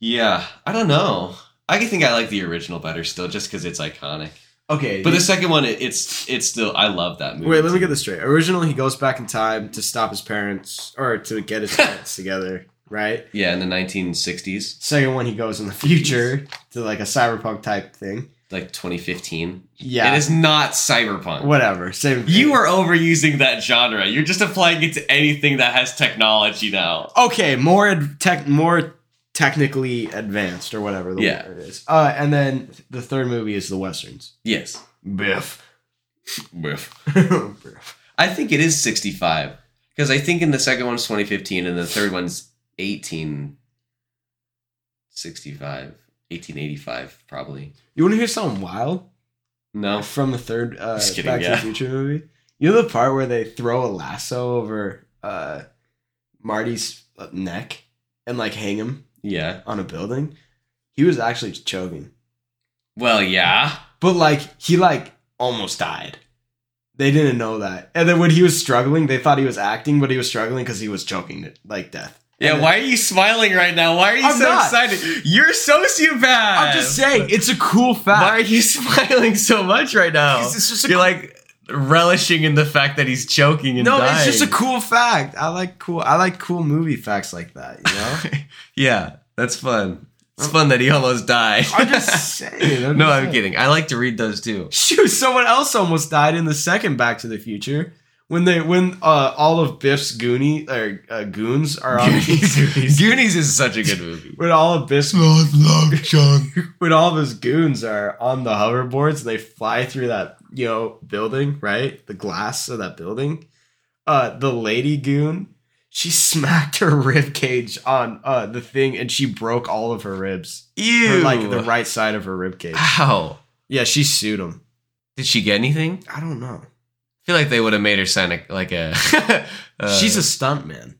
Speaker 1: Yeah, I don't know. I think I like the original better still, just because it's iconic.
Speaker 2: Okay.
Speaker 1: But the second one, it, it's it's still I love that movie.
Speaker 2: Wait, let me
Speaker 1: too.
Speaker 2: get this straight. Originally, he goes back in time to stop his parents or to get his parents together. right?
Speaker 1: Yeah, in the 1960s,
Speaker 2: Second one, he goes in the future to like a cyberpunk type thing.
Speaker 1: like 2015.
Speaker 2: Yeah,
Speaker 1: It is not cyberpunk.
Speaker 2: whatever. Same. thing.
Speaker 1: You are overusing that genre. You're just applying it to anything that has technology now.
Speaker 2: okay. More ad- tech, more technically advanced or whatever. The
Speaker 1: Yeah.
Speaker 2: word is. Uh, and then the third movie is the westerns.
Speaker 1: Yes.
Speaker 2: Biff.
Speaker 1: Biff.
Speaker 2: Biff.
Speaker 1: I think it is 65 because I think in the second one's 2015 and the third one's 1865, 1885 probably.
Speaker 2: You want to hear something wild
Speaker 1: No.
Speaker 2: from the third uh,
Speaker 1: Just kidding,
Speaker 2: Back to
Speaker 1: yeah.
Speaker 2: the Future movie? You know the part where they throw a lasso over uh, Marty's uh, neck and like hang him
Speaker 1: Yeah.
Speaker 2: on a building? He was actually choking.
Speaker 1: Well, yeah.
Speaker 2: But like he like almost died. They didn't know that. And then when he was struggling, they thought he was acting, but he was struggling because he was choking to- like death.
Speaker 1: Yeah, why are you smiling right now? Why are you
Speaker 2: I'm
Speaker 1: so
Speaker 2: not.
Speaker 1: excited? You're a sociopath.
Speaker 2: I'm just saying, it's a cool
Speaker 1: Why are
Speaker 2: fact.
Speaker 1: you smiling so much right now?
Speaker 2: It's just a
Speaker 1: You're like relishing in the fact that he's choking and
Speaker 2: no,
Speaker 1: dying.
Speaker 2: it's just a cool fact. I like cool. I like cool movie facts like that. You know,
Speaker 1: yeah, that's fun. It's fun that he almost died.
Speaker 2: I'm just saying.
Speaker 1: no, I'm
Speaker 2: just saying.
Speaker 1: kidding. I like to read those too.
Speaker 2: Shoot, someone else almost died in the second Back to the Future when they when uh, all of Biff's goonie or uh, goons are on
Speaker 1: Goonies. Goonies is such a good movie.
Speaker 2: when all of Biff's
Speaker 1: love
Speaker 2: when all of his goons are on the hoverboards and they fly through that you know building right the glass of that building uh the lady goon she smacked her rib cage on uh the thing and she broke all of her ribs
Speaker 1: Ew.
Speaker 2: Her, like the right side of her rib cage
Speaker 1: How
Speaker 2: yeah she sued him
Speaker 1: did she get anything?
Speaker 2: i don't know
Speaker 1: I feel like they would have made her sign a, like a. uh,
Speaker 2: she's a stunt man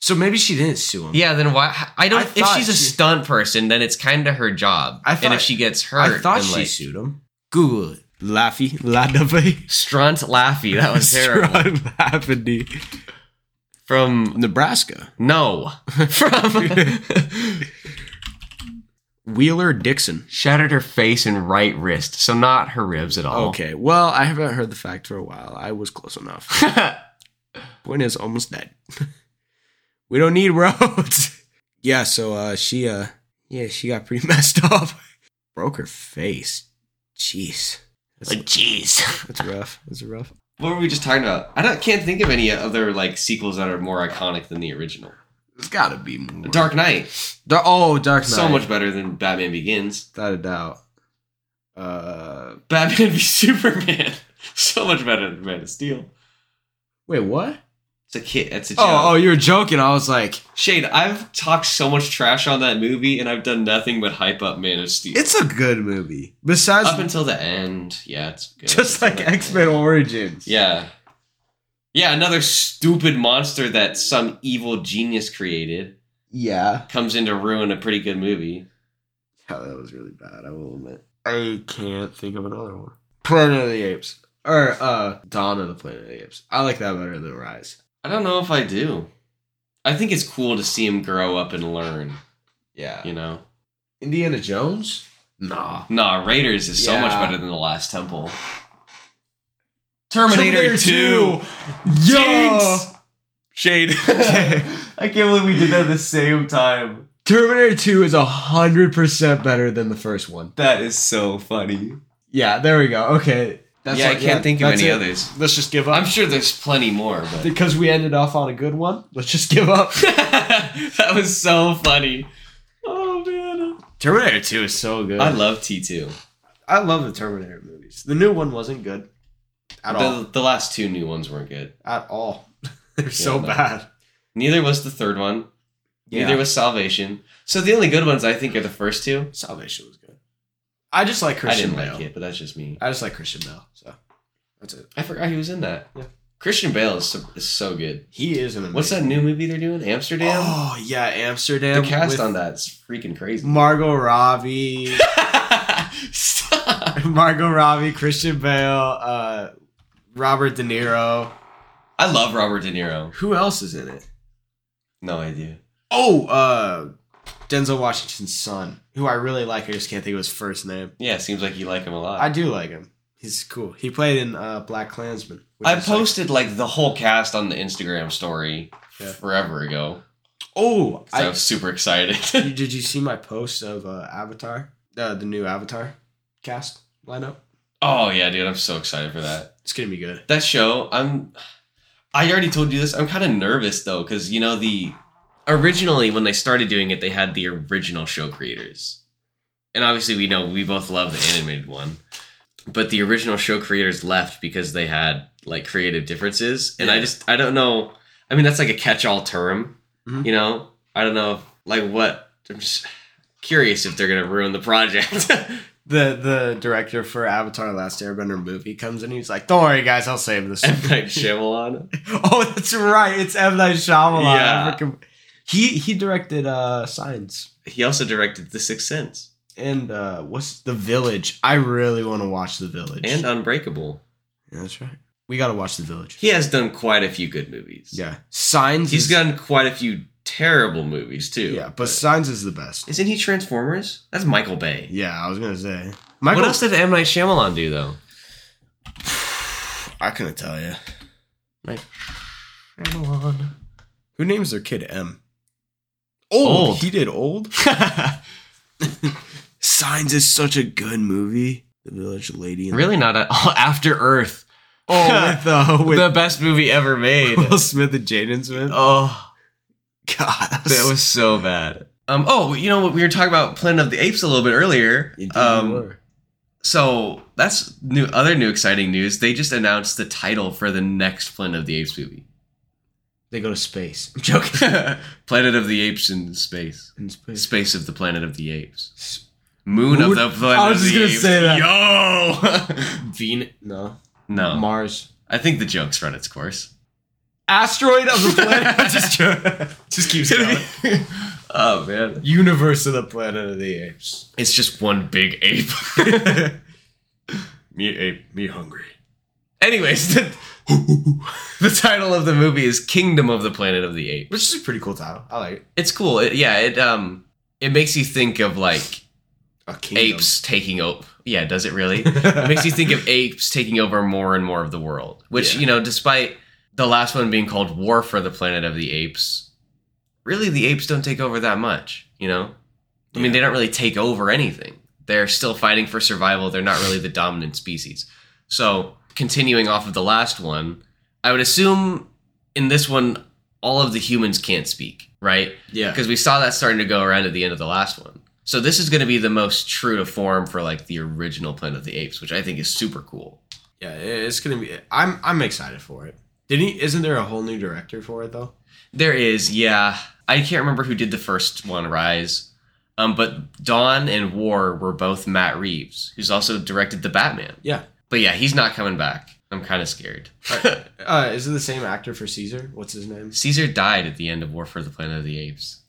Speaker 2: so maybe she didn't sue him
Speaker 1: Yeah, then why? I don't.
Speaker 2: I
Speaker 1: if
Speaker 2: thought
Speaker 1: she's a
Speaker 2: she-
Speaker 1: stunt person, then it's kind of her job.
Speaker 2: I
Speaker 1: and if
Speaker 2: thought-
Speaker 1: she gets hurt,
Speaker 2: i thought
Speaker 1: then,
Speaker 2: she
Speaker 1: like,
Speaker 2: sued him
Speaker 1: good.
Speaker 2: laffy laffy
Speaker 1: Strunt Laffy. That was terrible. From
Speaker 2: nebraska
Speaker 1: no. From
Speaker 2: wheeler dixon
Speaker 1: shattered her face and right wrist, so not her ribs at all.
Speaker 2: Okay. Well, I haven't heard the fact for a while. I was close enough. Point is, almost dead. we don't need roads. yeah. So uh, she uh, yeah, she got pretty messed up. Broke her face. Jeez. That's,
Speaker 1: Jeez.
Speaker 2: that's rough. That's rough.
Speaker 1: What were we just talking about? I don't, can't think of any other like sequels that are more iconic than the original.
Speaker 2: It's gotta be more.
Speaker 1: Dark Knight,
Speaker 2: Dar- oh, Dark Knight.
Speaker 1: so much better than Batman Begins.
Speaker 2: without a doubt. Uh,
Speaker 1: Batman v Superman, so much better than Man of Steel.
Speaker 2: wait, what?
Speaker 1: It's a kid. It's a joke.
Speaker 2: Oh, oh, you were joking. I was like,
Speaker 1: Shade, I've talked so much trash on that movie, and I've done nothing but hype up Man of Steel.
Speaker 2: it's a good movie. Besides,
Speaker 1: up until the end. Yeah, it's good.
Speaker 2: just
Speaker 1: Up
Speaker 2: like
Speaker 1: until the
Speaker 2: X Men
Speaker 1: end.
Speaker 2: Origins.
Speaker 1: Yeah, yeah. Another stupid monster that some evil genius created
Speaker 2: Yeah.
Speaker 1: comes in to ruin a pretty good movie.
Speaker 2: Yeah, that was really bad. I will admit. I can't think of another one. Planet of the Apes or uh Dawn of the Planet of the Apes. I like that better than Rise.
Speaker 1: I don't know if I do. I think it's cool to see him grow up and learn.
Speaker 2: Yeah.
Speaker 1: You know,
Speaker 2: Indiana Jones. Nah.
Speaker 1: nah. Raiders is so much
Speaker 2: Yeah.
Speaker 1: better than the Last Temple.
Speaker 2: Terminator Two. Yo.
Speaker 1: Jinx! Shade. I can't believe we did that at the same time.
Speaker 2: Terminator Two is hundred percent better than the first one.
Speaker 1: That is so funny.
Speaker 2: Yeah. There we go. Okay.
Speaker 1: yeah,
Speaker 2: all-
Speaker 1: I can't think of
Speaker 2: that's
Speaker 1: any
Speaker 2: it.
Speaker 1: others.
Speaker 2: Let's just give
Speaker 1: I'm
Speaker 2: up.
Speaker 1: sure there's plenty more, but
Speaker 2: because we ended off on a good one, let's just give up.
Speaker 1: that was so funny. Oh man.
Speaker 2: Terminator 2 is so good.
Speaker 1: I
Speaker 2: I, lo-
Speaker 1: love T2.
Speaker 2: I love the Terminator movies. The new one wasn't good at all.
Speaker 1: The, the last two new ones weren't good.
Speaker 2: at all. They're so
Speaker 1: no.
Speaker 2: bad.
Speaker 1: Neither was the third one. Neither was Salvation. So the only good ones I think are the first two.
Speaker 2: Salvation was good. I just like
Speaker 1: I
Speaker 2: Christian
Speaker 1: didn't
Speaker 2: Bale.
Speaker 1: like it, but that's just me.
Speaker 2: I just like Christian Bale. So that's it.
Speaker 1: I forgot he was in that.
Speaker 2: Yeah.
Speaker 1: Christian Bale is so, is so good.
Speaker 2: He is an amazing.
Speaker 1: What's that new movie they're doing? Amsterdam.
Speaker 2: Oh yeah,
Speaker 1: the
Speaker 2: Amsterdam.
Speaker 1: cast
Speaker 2: with
Speaker 1: on that is freaking crazy.
Speaker 2: Margot Robbie,
Speaker 1: Stop.
Speaker 2: Margot Robbie, Christian Bale, uh, Robert De Niro.
Speaker 1: I love Robert De Niro.
Speaker 2: Who else is in it?
Speaker 1: No idea.
Speaker 2: Oh, uh, Denzel Washington's son, who I really like. I just can't think of his first name.
Speaker 1: Yeah, seems like you like him a lot.
Speaker 2: I
Speaker 1: I,
Speaker 2: do like him. He's cool. He played in uh, Black Klansman. which is like-
Speaker 1: posted like the whole cast on the Instagram story
Speaker 2: Yeah.
Speaker 1: forever ago.
Speaker 2: Oh,
Speaker 1: I,
Speaker 2: I,
Speaker 1: was super excited.
Speaker 2: you- did you see my post of uh, Avatar, uh, the new Avatar cast lineup?
Speaker 1: oh yeah, dude, I'm so excited for that.
Speaker 2: It's gonna be good.
Speaker 1: That show, I'm. I already told you this. I'm kind of nervous though, because you know the originally when they started doing it, they had the original show creators, and obviously we know we both love the animated one, but the original show creators left because they had like creative differences, and I
Speaker 2: Yeah.
Speaker 1: just I don't know. I mean, that's like a catch-all term,
Speaker 2: Mhm.
Speaker 1: you know. I don't know, like what. I'm just curious if they're gonna ruin the project.
Speaker 2: The the director for Avatar: Last Airbender movie comes in. He's like, "Don't worry, guys, I'll save this."
Speaker 1: M Night Shyamalan.
Speaker 2: oh, that's right. It's M Night Shyamalan.
Speaker 1: Yeah.
Speaker 2: I freaking- He he directed uh, Signs
Speaker 1: He also directed The Sixth Sense
Speaker 2: and uh, what's The Village. I really want to watch The Village.
Speaker 1: and uh, Unbreakable.
Speaker 2: Yeah, that's right. We gotta watch The Village.
Speaker 1: He has done quite a few good movies.
Speaker 2: Yeah, Signs.
Speaker 1: He's
Speaker 2: is-
Speaker 1: done quite a few terrible movies too.
Speaker 2: Yeah, but Signs is the best.
Speaker 1: isn't he Transformers? That's Michael Bay.
Speaker 2: Yeah, I was gonna say.
Speaker 1: What else did M Night Shyamalan do though?
Speaker 2: I couldn't tell you.
Speaker 1: Shyamalan.
Speaker 2: Who names their kid M?
Speaker 1: Old.
Speaker 2: He did old. Signs is such a good movie. The Village Lady. and-
Speaker 1: Really not at all. After Earth,
Speaker 2: Oh, with uh, with
Speaker 1: the best movie ever made.
Speaker 2: Will Smith and Jaden Smith.
Speaker 1: oh,
Speaker 2: God,
Speaker 1: that was so bad. Um. Oh, you know what we were talking about Planet of the Apes a little bit earlier. um, So that's new. Other new exciting news. They just announced the title for the next Planet of the Apes movie.
Speaker 2: they go to space.
Speaker 1: I'm joking. Planet of the Apes in space.
Speaker 2: In space.
Speaker 1: Space of the Planet of the Apes. Moon, of
Speaker 2: Moon-
Speaker 1: the Planet
Speaker 2: I was
Speaker 1: of
Speaker 2: just
Speaker 1: the
Speaker 2: gonna
Speaker 1: Apes.
Speaker 2: say that.
Speaker 1: Yo.
Speaker 2: Venus. No.
Speaker 1: no,
Speaker 2: Mars.
Speaker 1: I think the joke's run its course.
Speaker 2: Asteroid of the planet. just, just keeps going.
Speaker 1: oh man,
Speaker 2: Universe of the Planet of the Apes.
Speaker 1: it's just one big ape. me ape, me hungry. Anyways, the, the title of the movie is Kingdom of the Planet of the Apes.
Speaker 2: Which is a pretty cool title. I like it.
Speaker 1: It's cool. It, yeah, it um it makes you think of like
Speaker 2: A kingdom.
Speaker 1: apes taking over. Yeah, does it really? it makes you think of apes taking over more and more of the world. Which
Speaker 2: Yeah.
Speaker 1: you know, despite the last one being called War for the Planet of the Apes, really the apes don't take over that much. You know, I mean, they don't really take over anything. They're still fighting for survival. They're not really the dominant species. So continuing off of the last one, I would assume in this one all of the humans can't speak, right?
Speaker 2: Yeah.
Speaker 1: because we saw that starting to go around at the end of the last one. So this is going to be the most true to form for like the original Planet of the Apes, which I think is super cool.
Speaker 2: Yeah, i- it's gonna be. I'm I'm excited for it. Didn't he? Isn't there a whole new director for it though?
Speaker 1: There is, yeah, I can't remember who did the first one, Rise, um, but Dawn and War were both Matt Reeves, who's also directed the Batman.
Speaker 2: Yeah.
Speaker 1: But yeah, he's not coming back. I'm kind of scared.
Speaker 2: Uh, is it the same actor for Caesar? What's his name?
Speaker 1: Caesar died at the end of War for the Planet of the Apes.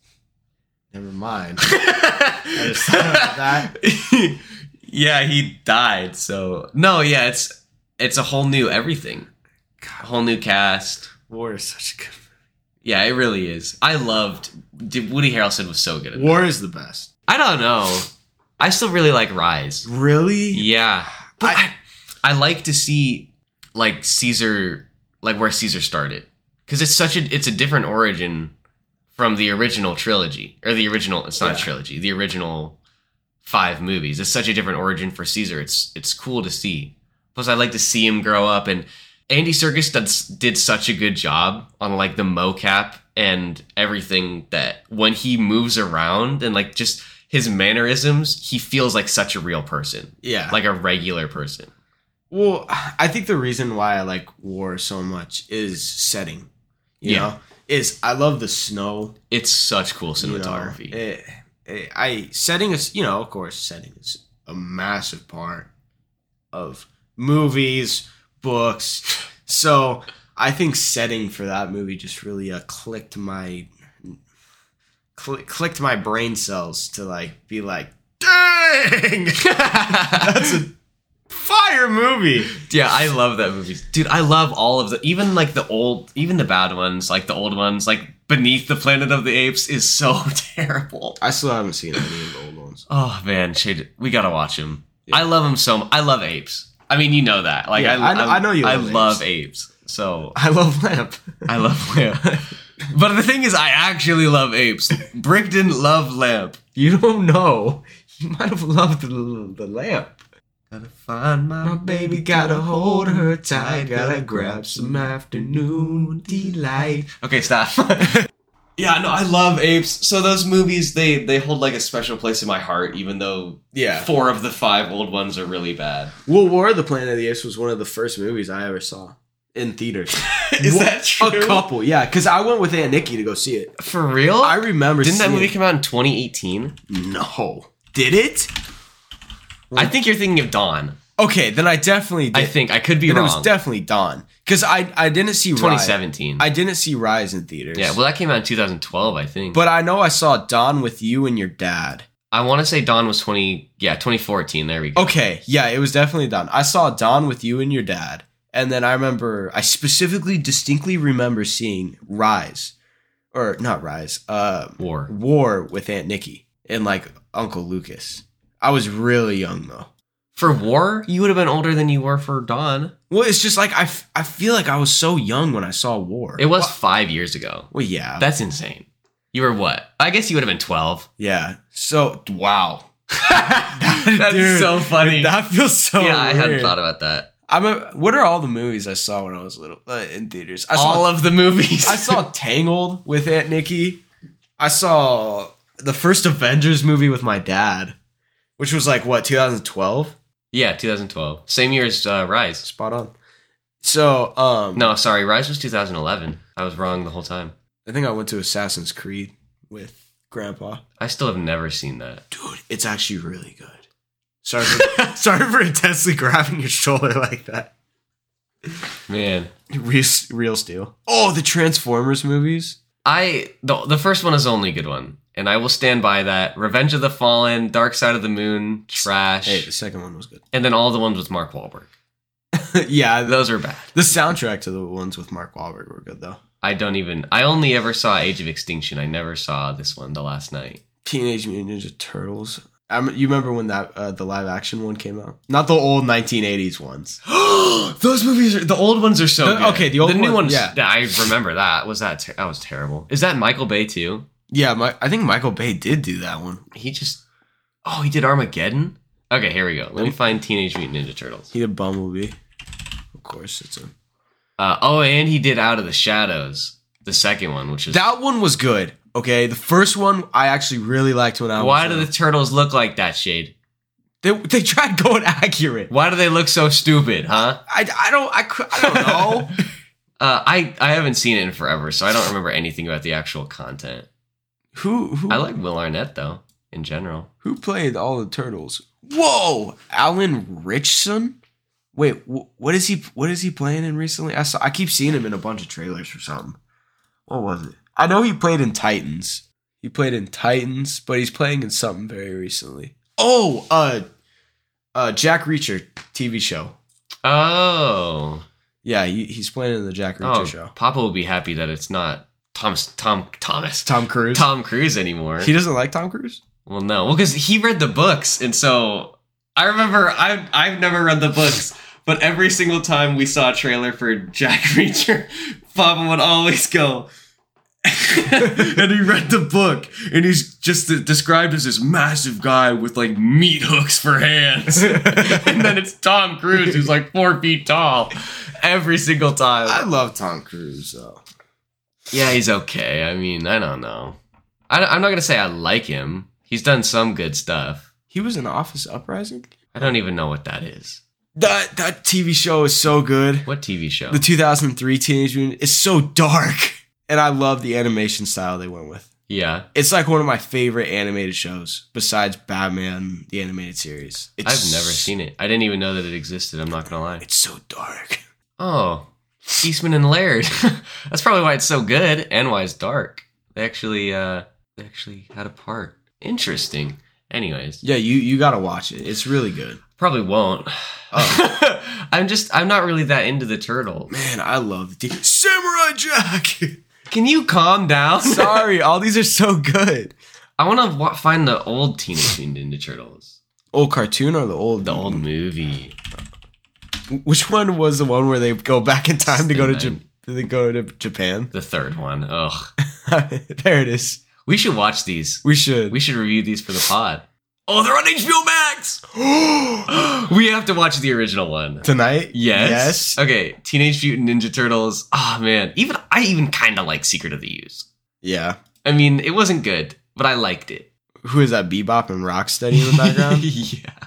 Speaker 2: Never mind.
Speaker 1: I
Speaker 2: just thought about
Speaker 1: that. yeah, he died. So no, yeah, it's it's a whole new everything, a whole new cast.
Speaker 2: War is such a good.
Speaker 1: Yeah, it really is. I loved dude, Woody Harrelson was so good. At
Speaker 2: War is the best.
Speaker 1: I don't know. I still really like Rise.
Speaker 2: Really?
Speaker 1: Yeah, but
Speaker 2: I-
Speaker 1: I, I like to see like Caesar, like where Caesar started, because it's such a it's a different origin from the original trilogy or the original. It's not a
Speaker 2: Yeah.
Speaker 1: trilogy. The original five movies. It's such a different origin for Caesar. It's it's cool to see. Plus, I like to see him grow up, and Andy Serkis did, did such a good job on like the mocap and everything that when he moves around and like just his mannerisms, he feels like such a real person
Speaker 2: Yeah. Like,
Speaker 1: like a regular person.
Speaker 2: well, I think the reason why I like War so much is setting. You
Speaker 1: Yeah.
Speaker 2: know, is I love the snow.
Speaker 1: It's such cool
Speaker 2: you know,
Speaker 1: cinematography.
Speaker 2: eh, eh, I setting is you know of course setting is a massive part of movies, books. So I think setting for that movie just really uh, clicked my cli clicked my brain cells to like be like, dang, that's a fire movie.
Speaker 1: yeah, I love that movie, dude. I love all of the, even like the old, even the bad ones, like the old ones, like Beneath the Planet of the Apes is so terrible.
Speaker 2: I still haven't seen any of the old ones.
Speaker 1: Oh man, Shade, we gotta watch him. I love him so. much. I love apes. I mean, you know that. Like
Speaker 2: Yeah,
Speaker 1: I,
Speaker 2: I know- I know you
Speaker 1: I
Speaker 2: love
Speaker 1: love apes. So
Speaker 2: I love Lamp.
Speaker 1: I love Lamp. But the thing is, I actually love apes. Brick didn't love lamp.
Speaker 2: You don't know. He might have loved the, the lamp.
Speaker 1: Gotta find
Speaker 2: My baby gotta hold her tight. Gotta grab some afternoon delight.
Speaker 1: Okay, stop. yeah, no, I love apes. So those movies, they they hold like a special place in my heart, even though
Speaker 2: Yeah.
Speaker 1: four of the five old ones are really bad.
Speaker 2: Well, War of the Planet of the Apes was one of the first movies I ever saw in theaters.
Speaker 1: is
Speaker 2: Wha-
Speaker 1: that true?
Speaker 2: A couple, yeah. Because I went with Aunt Nikki to go see it.
Speaker 1: For real?
Speaker 2: I remember.
Speaker 1: Didn't that
Speaker 2: seeing-
Speaker 1: movie come out in 2018?
Speaker 2: No. Did it?
Speaker 1: I think you're thinking of Dawn.
Speaker 2: Okay, then I definitely did.
Speaker 1: I think I could be
Speaker 2: then it
Speaker 1: wrong.
Speaker 2: was definitely Dawn. Because I I didn't see Rise.
Speaker 1: 2017.
Speaker 2: I didn't see Rise in theaters.
Speaker 1: yeah, well, that came out in 2012, I think.
Speaker 2: but I know I saw Dawn with you and your dad.
Speaker 1: I want to say Dawn was 20. Yeah, 2014. There we go.
Speaker 2: Okay, yeah, it was definitely Dawn. I saw Dawn with you and your dad, and then I remember I specifically distinctly remember seeing Rise, or not Rise, uh,
Speaker 1: War.
Speaker 2: War with Aunt Nikki and like Uncle Lucas. I was really young though.
Speaker 1: For War, you would have been older than you were for Dawn.
Speaker 2: Well, it's just like I, f- I feel like I was so young when I saw War.
Speaker 1: It was five years ago.
Speaker 2: Well, yeah,
Speaker 1: That's insane. You were what? I guess you would have been 12.
Speaker 2: yeah. So wow,
Speaker 1: That's
Speaker 2: Dude,
Speaker 1: so funny.
Speaker 2: that feels so.
Speaker 1: yeah, I hadn't thought
Speaker 2: Of-
Speaker 1: about that.
Speaker 2: I'm. A, what are all the movies I saw when I was little uh, in theaters? I saw
Speaker 1: All of the movies.
Speaker 2: I saw Tangled with Aunt Nikki. I saw the first Avengers movie with my dad, which was like what 2012.
Speaker 1: yeah, 2012. Same year as uh, Rise.
Speaker 2: Spot on. So um,
Speaker 1: No, sorry. Rise was 2011. I was wrong the whole time.
Speaker 2: I think I went to Assassin's Creed with Grandpa.
Speaker 1: I still have never seen that.
Speaker 2: Dude, it's actually really good. Sorry, for, sorry for intensely grabbing your shoulder like that.
Speaker 1: Man.
Speaker 2: Real, real steel. Oh, the Transformers movies.
Speaker 1: I the, the first one is the only good one, and I will stand by that. Revenge of the Fallen, Dark Side of the Moon, trash,
Speaker 2: Hey, the second one was good.
Speaker 1: and then all the ones with Mark Wahlberg.
Speaker 2: yeah, the,
Speaker 1: Those are bad.
Speaker 2: the soundtrack to the ones with Mark Wahlberg were good though.
Speaker 1: I don't even. I only ever saw Age of Extinction. I never saw this one. The last night.
Speaker 2: Teenage Mutant Ninja Turtles. I rem- you remember when that uh, the live action one came out? Not the old 1980s ones.
Speaker 1: Those movies are the old ones are so
Speaker 2: The-
Speaker 1: good.
Speaker 2: okay, the old
Speaker 1: the new
Speaker 2: one-
Speaker 1: ones.
Speaker 2: yeah.
Speaker 1: I remember that. Was that ter- that was terrible? Is that Michael Bay too?
Speaker 2: Yeah, my, I think Michael Bay did do that one.
Speaker 1: He just. Oh, he did Armageddon. Okay, here we go. Let me find Teenage Mutant Ninja Turtles.
Speaker 2: He did Bumblebee. Of course, it's him.
Speaker 1: Uh, oh, and he did Out of the Shadows, the second one, which is
Speaker 2: That one was good. Okay, the first one I actually really liked when I was.
Speaker 1: Why do the
Speaker 2: young.
Speaker 1: turtles look like that, Shade?
Speaker 2: they they tried going accurate?
Speaker 1: Why do they look so stupid, huh?
Speaker 2: I, I don't I, cou- I don't know.
Speaker 1: Uh, I I haven't seen it in forever, so I don't remember anything about the actual content.
Speaker 2: who who
Speaker 1: I like Will Arnett though, in general.
Speaker 2: who played all the turtles? Whoa, Alan Richson. Wait, wh- what is he? What is he playing in recently? I saw. I keep seeing him in a bunch of trailers or something. What was it? I know he played in Titans. He played in Titans, but he's playing in something very recently. Oh, uh, uh, Jack Reacher TV show.
Speaker 1: Oh,
Speaker 2: Yeah, he, he's playing in the Jack Reacher
Speaker 1: oh,
Speaker 2: show.
Speaker 1: Papa will be happy that it's not Thomas Tom Thomas
Speaker 2: Tom Cruise.
Speaker 1: Tom Cruise anymore.
Speaker 2: He doesn't like Tom Cruise.
Speaker 1: well, no, well because he read the books, and so I remember I I've never read the books, but every single time we saw a trailer for Jack Reacher, Papa would always go. and he read the book, and he's just described as this massive guy with like meat hooks for hands. and then it's Tom Cruise, who's like four feet tall, every single
Speaker 2: I
Speaker 1: time.
Speaker 2: love Tom Cruise though.
Speaker 1: Yeah, he's okay. I mean, I don't know. I, am not gonna say I like him. He's done some good stuff.
Speaker 2: He was in Office Uprising.
Speaker 1: I don't even know what that is.
Speaker 2: That that TV show is so good.
Speaker 1: What TV show?
Speaker 2: The 2003 Teenage Mutant is so dark, and I love the animation style they went with.
Speaker 1: yeah,
Speaker 2: It's like one of my favorite animated shows besides Batman the animated series. It's,
Speaker 1: I've never seen it. I didn't even know that it existed. I'm not gonna lie.
Speaker 2: It's so dark.
Speaker 1: Oh, Eastman and Laird. That's probably why it's so good and why it's dark. They actually, uh, they actually had a part. Interesting. Anyways,
Speaker 2: Yeah, you you gotta watch it. It's really good.
Speaker 1: probably won't. I'm just, I'm not really that into the turtle.
Speaker 2: Man, I love the Samurai Jack.
Speaker 1: Can you calm down?
Speaker 2: Sorry, all these are so good.
Speaker 1: I want to wa- find the old Teenage Mutant Ninja Turtles,
Speaker 2: Old cartoon or the old
Speaker 1: the old movie.
Speaker 2: Which one was the one where they go back in time to go to
Speaker 1: The
Speaker 2: Japan? Did they go to Japan?
Speaker 1: The third one. Ugh.
Speaker 2: there it is.
Speaker 1: We should watch these.
Speaker 2: We should.
Speaker 1: We should review these for the pod. Oh, they're on HBO Max. we have to watch the original one.
Speaker 2: Tonight?
Speaker 1: Yes.
Speaker 2: Yes.
Speaker 1: Okay. Teenage Mutant Ninja Turtles. Ah man. Even I even kind of like Secret of the Use.
Speaker 2: Yeah.
Speaker 1: I mean, it wasn't good, but I liked it.
Speaker 2: Who is that? Bebop and Rocksteady in the background?
Speaker 1: yeah.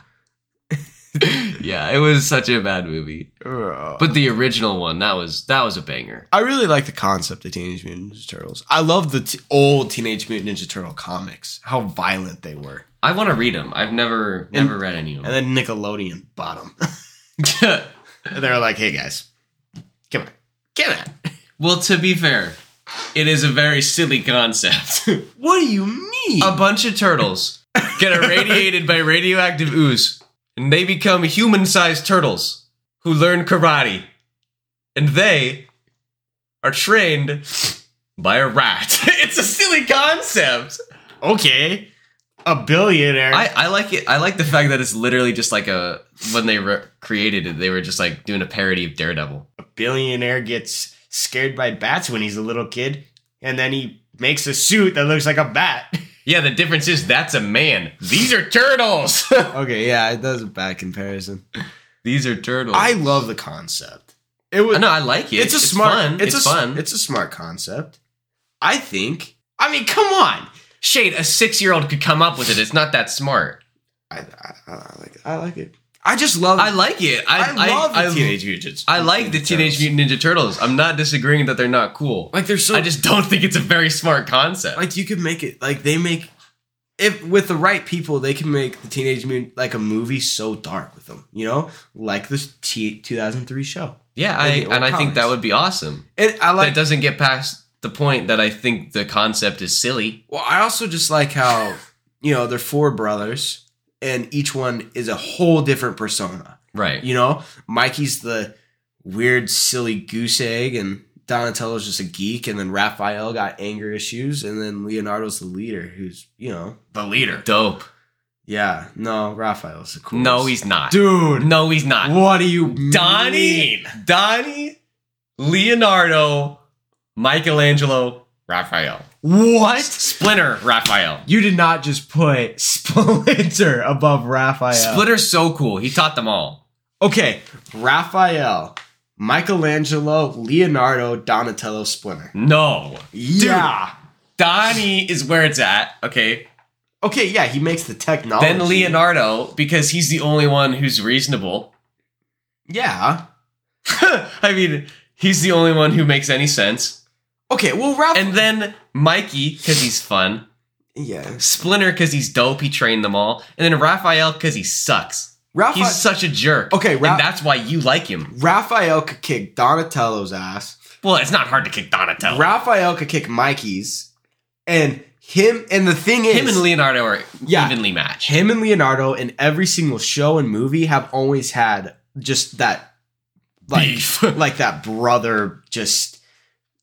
Speaker 1: yeah, it was such a bad movie. But the original one, that was that was a banger.
Speaker 2: I really like the concept of Teenage Mutant Ninja Turtles. I love the t- old Teenage Mutant Ninja Turtle comics. How violent they were,
Speaker 1: I want to read them. I've never
Speaker 2: And-
Speaker 1: never read any of
Speaker 2: and
Speaker 1: them.
Speaker 2: then Nickelodeon bought them. and they were like, "Hey guys, come on, come on."
Speaker 1: well, to be fair, it is a very silly concept.
Speaker 2: What do you mean?
Speaker 1: a bunch of turtles get irradiated by radioactive ooze, and they become human-sized turtles who learn karate, and they are trained by a rat. it's a silly concept.
Speaker 2: okay, a billionaire.
Speaker 1: I, I like it. I like the fact that it's literally just like a when they re- created it, they were just like doing a parody of Daredevil.
Speaker 2: a billionaire gets scared by bats when he's a little kid, and then he makes a suit that looks like a bat.
Speaker 1: Yeah, the difference is that's a man. These are turtles.
Speaker 2: okay, yeah, it does a bad comparison.
Speaker 1: These are turtles.
Speaker 2: I love the concept. It was
Speaker 1: I know. I like it.
Speaker 2: it's a smart
Speaker 1: Fun. It's,
Speaker 2: a s-
Speaker 1: fun.
Speaker 2: it's a smart concept i think i mean come on
Speaker 1: Shade, a six-year-old could come up with it. It's not that smart.
Speaker 2: i, I, I like it. i like it i just love
Speaker 1: I like it. I,
Speaker 2: I love the
Speaker 1: I,
Speaker 2: teenage mutant
Speaker 1: I like the Teenage
Speaker 2: Turtles.
Speaker 1: Mutant Ninja Turtles. I'm not disagreeing that they're not cool.
Speaker 2: like they're so
Speaker 1: I just don't think it's a very smart concept.
Speaker 2: like you could make it like they make if with the right people they can make the teenage mutant like a movie so dark with them you know like this t- 2003 show
Speaker 1: yeah, I,
Speaker 2: Like the old
Speaker 1: and I think that
Speaker 2: comics.
Speaker 1: would be awesome.
Speaker 2: and i like
Speaker 1: that doesn't get past the point that I think the concept is silly.
Speaker 2: Well, I also just like how, you know, they're four brothers and each one is a whole different persona.
Speaker 1: Right.
Speaker 2: You know, Mikey's the weird, silly goose egg, and Donatello's just a geek, and then Raphael got anger issues, and then Leonardo's the leader who's, you know,
Speaker 1: The leader. Dope.
Speaker 2: yeah, no, Raphael's the coolest.
Speaker 1: No, he's not.
Speaker 2: Dude,
Speaker 1: No, he's not.
Speaker 2: what do you
Speaker 1: Donnie,
Speaker 2: mean?
Speaker 1: Donnie, Leonardo, Michelangelo, Raphael.
Speaker 2: What?
Speaker 1: Splinter, Raphael.
Speaker 2: You did not just put Splinter above
Speaker 1: Oh,
Speaker 2: Raphael.
Speaker 1: Splinter's so cool. He taught them all.
Speaker 2: Okay, Raphael, Michelangelo, Leonardo, Donatello, Splinter.
Speaker 1: No.
Speaker 2: Yeah.
Speaker 1: Donnie is where it's at. Okay.
Speaker 2: Okay, yeah, he makes the technology.
Speaker 1: Then Leonardo, because he's the only one who's reasonable.
Speaker 2: Yeah.
Speaker 1: I mean, he's the only one who makes any sense.
Speaker 2: Okay, well, Raphael.
Speaker 1: And then Mikey, because he's fun.
Speaker 2: yeah.
Speaker 1: Splinter, because he's dope. He trained them all. And then Raphael, because he sucks.
Speaker 2: Raphael,
Speaker 1: He's such a jerk.
Speaker 2: Okay, Ra-
Speaker 1: and that's why you like him.
Speaker 2: Raphael could kick Donatello's ass.
Speaker 1: Well, it's not hard to kick Donatello.
Speaker 2: Raphael could kick Mikey's. And him, and the thing is.
Speaker 1: him and Leonardo are
Speaker 2: Yeah.
Speaker 1: evenly matched.
Speaker 2: him and Leonardo in every single show and movie have always had just that like
Speaker 1: Beef.
Speaker 2: like that brother just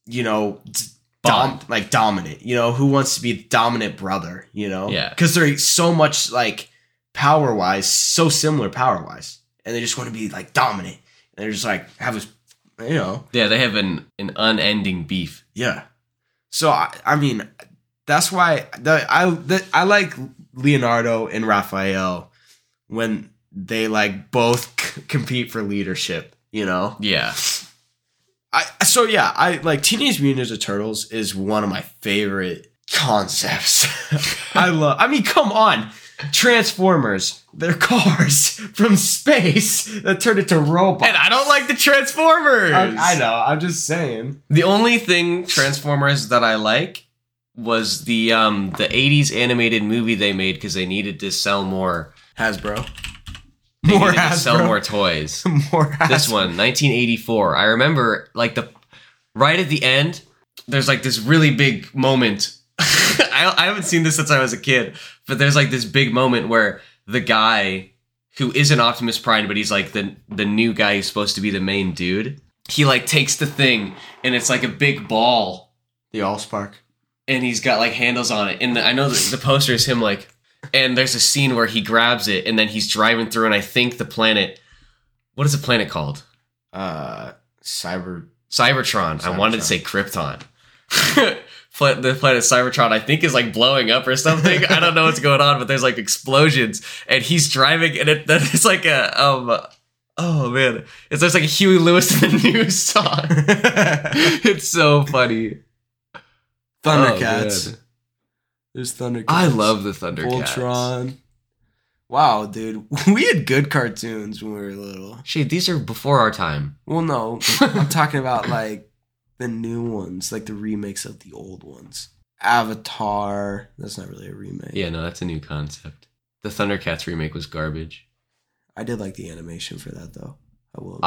Speaker 2: you know d- dom-
Speaker 1: Bond.
Speaker 2: like dominant you know who wants to be the dominant brother you know
Speaker 1: Yeah.
Speaker 2: because they're so much like power wise so similar power wise and they just want to be like dominant and they're just like have this you know
Speaker 1: Yeah, they have an, an unending beef.
Speaker 2: yeah. So I, I mean, that's why the, I the, I like Leonardo and Raphael when they like both c- compete for leadership. You know.
Speaker 1: Yeah.
Speaker 2: I so yeah. I like Teenage Mutant Ninja Turtles is one of my favorite concepts. I love. I mean, come on. Transformers, they're cars from space that turn into robots.
Speaker 1: And I don't like the Transformers.
Speaker 2: I, I know. I'm just saying.
Speaker 1: The only thing Transformers that I like was the um the 80s animated movie they made because they needed to sell more
Speaker 2: Hasbro.
Speaker 1: they
Speaker 2: More
Speaker 1: needed to sell
Speaker 2: Hasbro.
Speaker 1: more toys.
Speaker 2: More Hasbro.
Speaker 1: this one 1984 i remember like the right at the end there's like this really big moment I, I haven't seen this since i was a kid but there's like this big moment where the guy who isn't optimus prime but he's like the the new guy who's supposed to be the main dude he like takes the thing and it's like a big ball
Speaker 2: The Allspark.
Speaker 1: and he's got like handles on it. And I know the, the poster is him like, and there's a scene where he grabs it and then he's driving through, and I think the planet, what is the planet called?
Speaker 2: uh cyber
Speaker 1: Cybertron. I wanted
Speaker 2: Cybertron.
Speaker 1: to say Krypton. Pla- the planet Cybertron, I think, is like blowing up or something. I don't know what's going on, but there's like explosions, and he's driving, and it, then it's like a um. Oh man, it's just like a Huey Lewis in the News song. it's so funny.
Speaker 2: Thundercats.
Speaker 1: Oh, good.
Speaker 2: There's Thundercats.
Speaker 1: I love the Thundercats.
Speaker 2: Voltron. Wow, dude, we had good cartoons when we were little.
Speaker 1: Shit, these are before our time.
Speaker 2: Well, no, I'm talking about like the new ones, like the remakes of the old ones. Avatar. That's not really a remake.
Speaker 1: Yeah, no, that's a new concept. The Thundercats remake was garbage.
Speaker 2: I did like the animation for that though. I will. admit.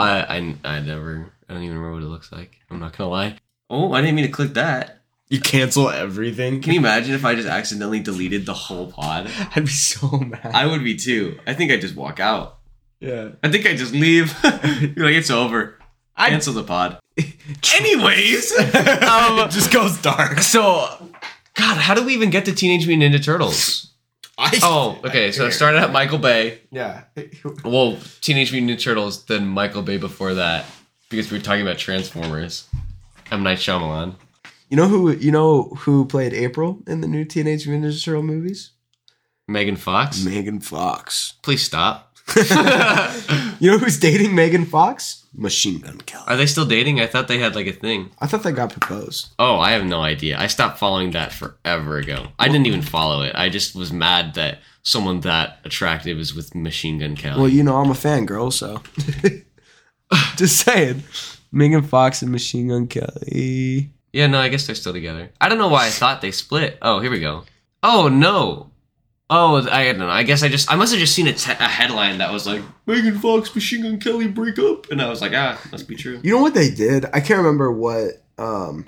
Speaker 1: I, I, I never, I don't even remember what it looks like. I'm not gonna lie. Oh, I didn't mean to click that.
Speaker 2: you cancel everything.
Speaker 1: Can you imagine if I just accidentally deleted the whole pod?
Speaker 2: I'd be so mad.
Speaker 1: I would be too. I think I just walk out.
Speaker 2: yeah.
Speaker 1: I think I just leave. You're like, it's over.
Speaker 2: I-
Speaker 1: Cancel the pod. Anyways, um,
Speaker 2: just goes dark.
Speaker 1: so God, how do we even get to Teenage Mutant Ninja Turtles?
Speaker 2: I,
Speaker 1: Oh, okay. So it started out Michael Bay.
Speaker 2: Yeah.
Speaker 1: Well, Teenage Mutant Ninja Turtles, then Michael Bay before that, because we were talking about Transformers. M Night Shyamalan.
Speaker 2: You know who? You know who played April in the new Teenage Mutant Ninja Turtle movies?
Speaker 1: Megan Fox.
Speaker 2: Megan Fox.
Speaker 1: Please stop.
Speaker 2: You know who's dating Megan Fox? Machine Gun Kelly.
Speaker 1: Are they still dating? I thought they had like a thing.
Speaker 2: I thought they got proposed.
Speaker 1: Oh, I have no idea. I stopped following that forever ago. I didn't even follow it. I just was mad that someone that attractive is with Machine Gun Kelly.
Speaker 2: Well, you know I'm a fangirl, so just saying. Megan Fox and Machine Gun Kelly.
Speaker 1: yeah, no, I guess they're still together. I don't know why I thought they split. Oh, here we go. Oh no. Oh, I don't know. I guess I just I must have just seen a, te- a headline that was like Megan Fox, Machine Gun Kelly break up, and I was like, ah, must be true.
Speaker 2: You know what they did? I can't remember what um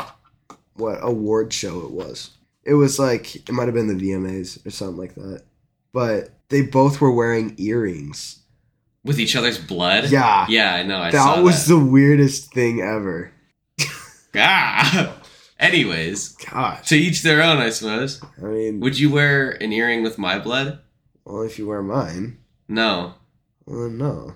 Speaker 2: what award show it was. It was like it might have been the VMAs or something like that. But they both were wearing earrings.
Speaker 1: With each other's blood.
Speaker 2: Yeah.
Speaker 1: Yeah, I know. I saw
Speaker 2: that was the weirdest thing ever.
Speaker 1: Ah. Anyways,
Speaker 2: Gosh.
Speaker 1: to each their own, I suppose.
Speaker 2: I mean,
Speaker 1: Would you wear an earring with my blood?
Speaker 2: well, if you wear mine,
Speaker 1: No.
Speaker 2: well, then no.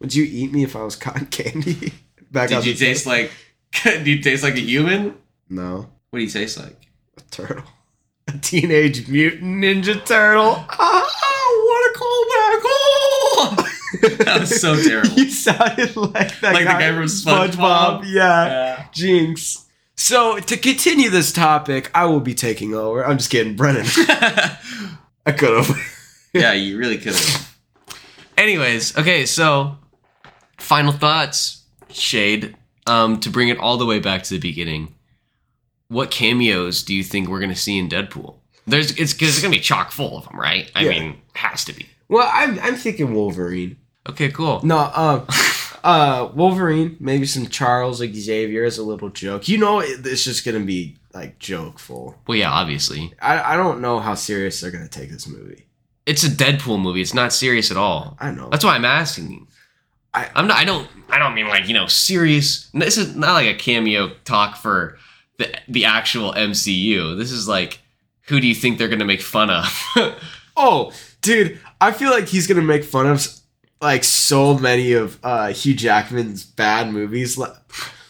Speaker 2: Would you eat me if I was cotton candy? Back out
Speaker 1: Did you
Speaker 2: the-
Speaker 1: taste like? Do you taste like a human?
Speaker 2: No,
Speaker 1: What do you taste like?
Speaker 2: a turtle. A teenage mutant ninja turtle. Ah, Oh, what a callback! Oh!
Speaker 1: That was so terrible.
Speaker 2: You sounded like that
Speaker 1: Like the
Speaker 2: guy,
Speaker 1: guy from SpongeBob.
Speaker 2: Yeah. Jinx. So to continue this topic, I will be taking over. I'm just kidding, Brennan. I could have.
Speaker 1: yeah, you really could have. Anyways, okay, so final thoughts, Shade. Um, to bring it all the way back to the beginning, what cameos do you think we're gonna see in Deadpool? There's it's because it's gonna be chock full of them, right? I
Speaker 2: Yeah.
Speaker 1: mean, has to be.
Speaker 2: Well, I'm I'm thinking Wolverine.
Speaker 1: Okay, cool.
Speaker 2: No, um, uh, Wolverine, maybe some Charles Xavier as a little joke. You know, it- it's just gonna be like jokeful.
Speaker 1: Well, yeah, obviously,
Speaker 2: I I don't know how serious they're gonna take this movie.
Speaker 1: it's a Deadpool movie. It's not serious at all.
Speaker 2: I know.
Speaker 1: That's why I'm asking you. I,
Speaker 2: I-
Speaker 1: I'm not. I don't. I don't mean like you know serious. This is not like a cameo talk for the the actual MCU. This is like who do you think they're gonna make fun of?
Speaker 2: oh, dude, I feel like he's gonna make fun of like so many of uh Hugh Jackman's bad movies. Like,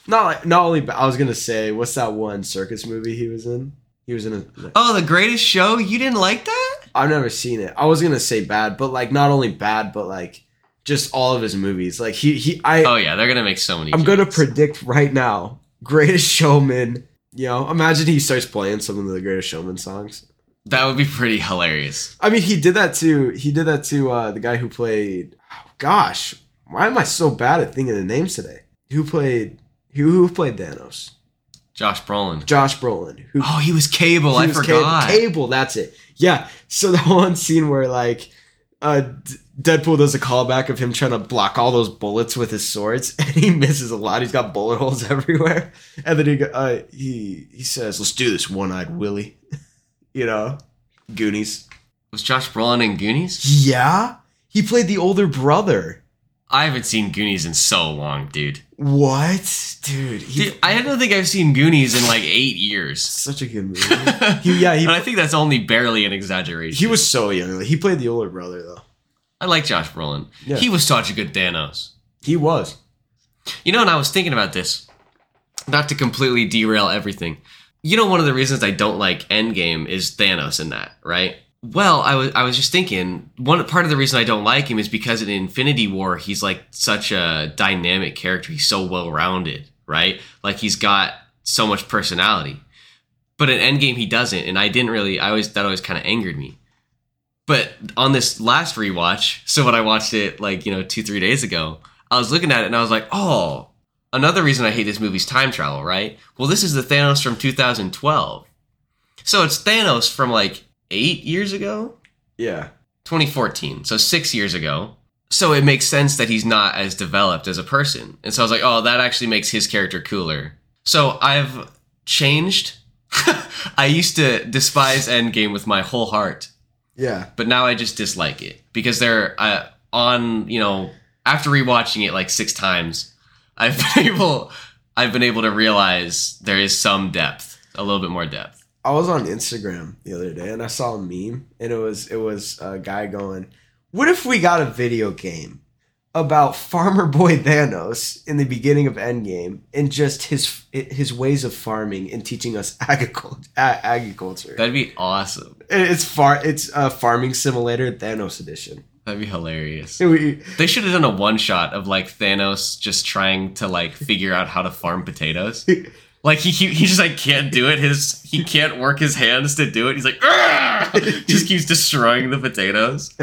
Speaker 2: Not like not only, but I was gonna say, what's that one circus movie he was in? He was in a.
Speaker 1: oh, the greatest show. You didn't like that?
Speaker 2: I've never seen it. I was gonna say bad, but like not only bad, but like just all of his movies. Like he he I.
Speaker 1: Oh yeah, they're gonna make so many.
Speaker 2: I'm gonna
Speaker 1: jokes.
Speaker 2: predict right now. Greatest Showman. You know, imagine he starts playing some of the Greatest Showman songs.
Speaker 1: that would be pretty hilarious.
Speaker 2: I mean, he did that to he did that to uh, the guy who played. Gosh, why am I so bad at thinking the names today? Who played who who played Thanos?
Speaker 1: Josh Brolin.
Speaker 2: Josh Brolin. Who
Speaker 1: Oh, he was Cable.
Speaker 2: he
Speaker 1: I
Speaker 2: was Ca-
Speaker 1: forgot.
Speaker 2: Cable. That's it. Yeah. So the one scene where like. Uh, D- Deadpool does a callback of him trying to block all those bullets with his swords, and he misses a lot. He's got bullet holes everywhere. And then he go- uh, he he says, "Let's do this, one-eyed Willie." you know, Goonies.
Speaker 1: was Josh Brolin in Goonies?
Speaker 2: Yeah, he played the older brother.
Speaker 1: I haven't seen Goonies in so long, dude.
Speaker 2: What, dude? He,
Speaker 1: Dude, I don't think I've seen Goonies in like eight years.
Speaker 2: such a good movie. He- yeah, he-
Speaker 1: and I think that's only barely an exaggeration.
Speaker 2: he was so young. Like, he played the older brother though.
Speaker 1: I like Josh Brolin.
Speaker 2: Yeah.
Speaker 1: He was such a good Thanos.
Speaker 2: He was.
Speaker 1: You know, and I was thinking about this. not to completely derail everything. You know, one of the reasons I don't like Endgame is Thanos in that, right? Well, I was I was just thinking one part of the reason I don't like him is because in Infinity War he's like such a dynamic character. He's so well rounded, right? Like he's got so much personality. But in Endgame he doesn't, and I didn't really. I always that always kind of angered me. But on this last rewatch, so when I watched it like you know two three days ago, I was looking at it and I was like, oh, another reason I hate this movie's time travel, right? Well, this is the Thanos from 2012. So it's Thanos from like eight years ago?
Speaker 2: Yeah.
Speaker 1: 2014. So six years ago. So it makes sense that he's not as developed as a person. And so I was like, oh, that actually makes his character cooler. So I've changed. I used to despise Endgame with my whole heart
Speaker 2: Yeah.
Speaker 1: but now I just dislike it because they're uh, on. You know, after rewatching it like six times, I've been able, I've been able to realize there is some depth, a little bit more depth.
Speaker 2: I was on Instagram the other day and I saw a meme and it was it was a guy going, "What if we got a video game about Farmer Boy Thanos in the beginning of Endgame and just his his ways of farming and teaching us agriculture?" agriculture.
Speaker 1: That'd be awesome.
Speaker 2: And it's far it's a farming simulator Thanos edition.
Speaker 1: That'd be hilarious.
Speaker 2: We-
Speaker 1: They should have done a one shot of like Thanos just trying to like figure out how to farm potatoes. Like he, he he just like can't do it. His he can't work his hands to do it. He's like "Argh!" just keeps destroying the potatoes.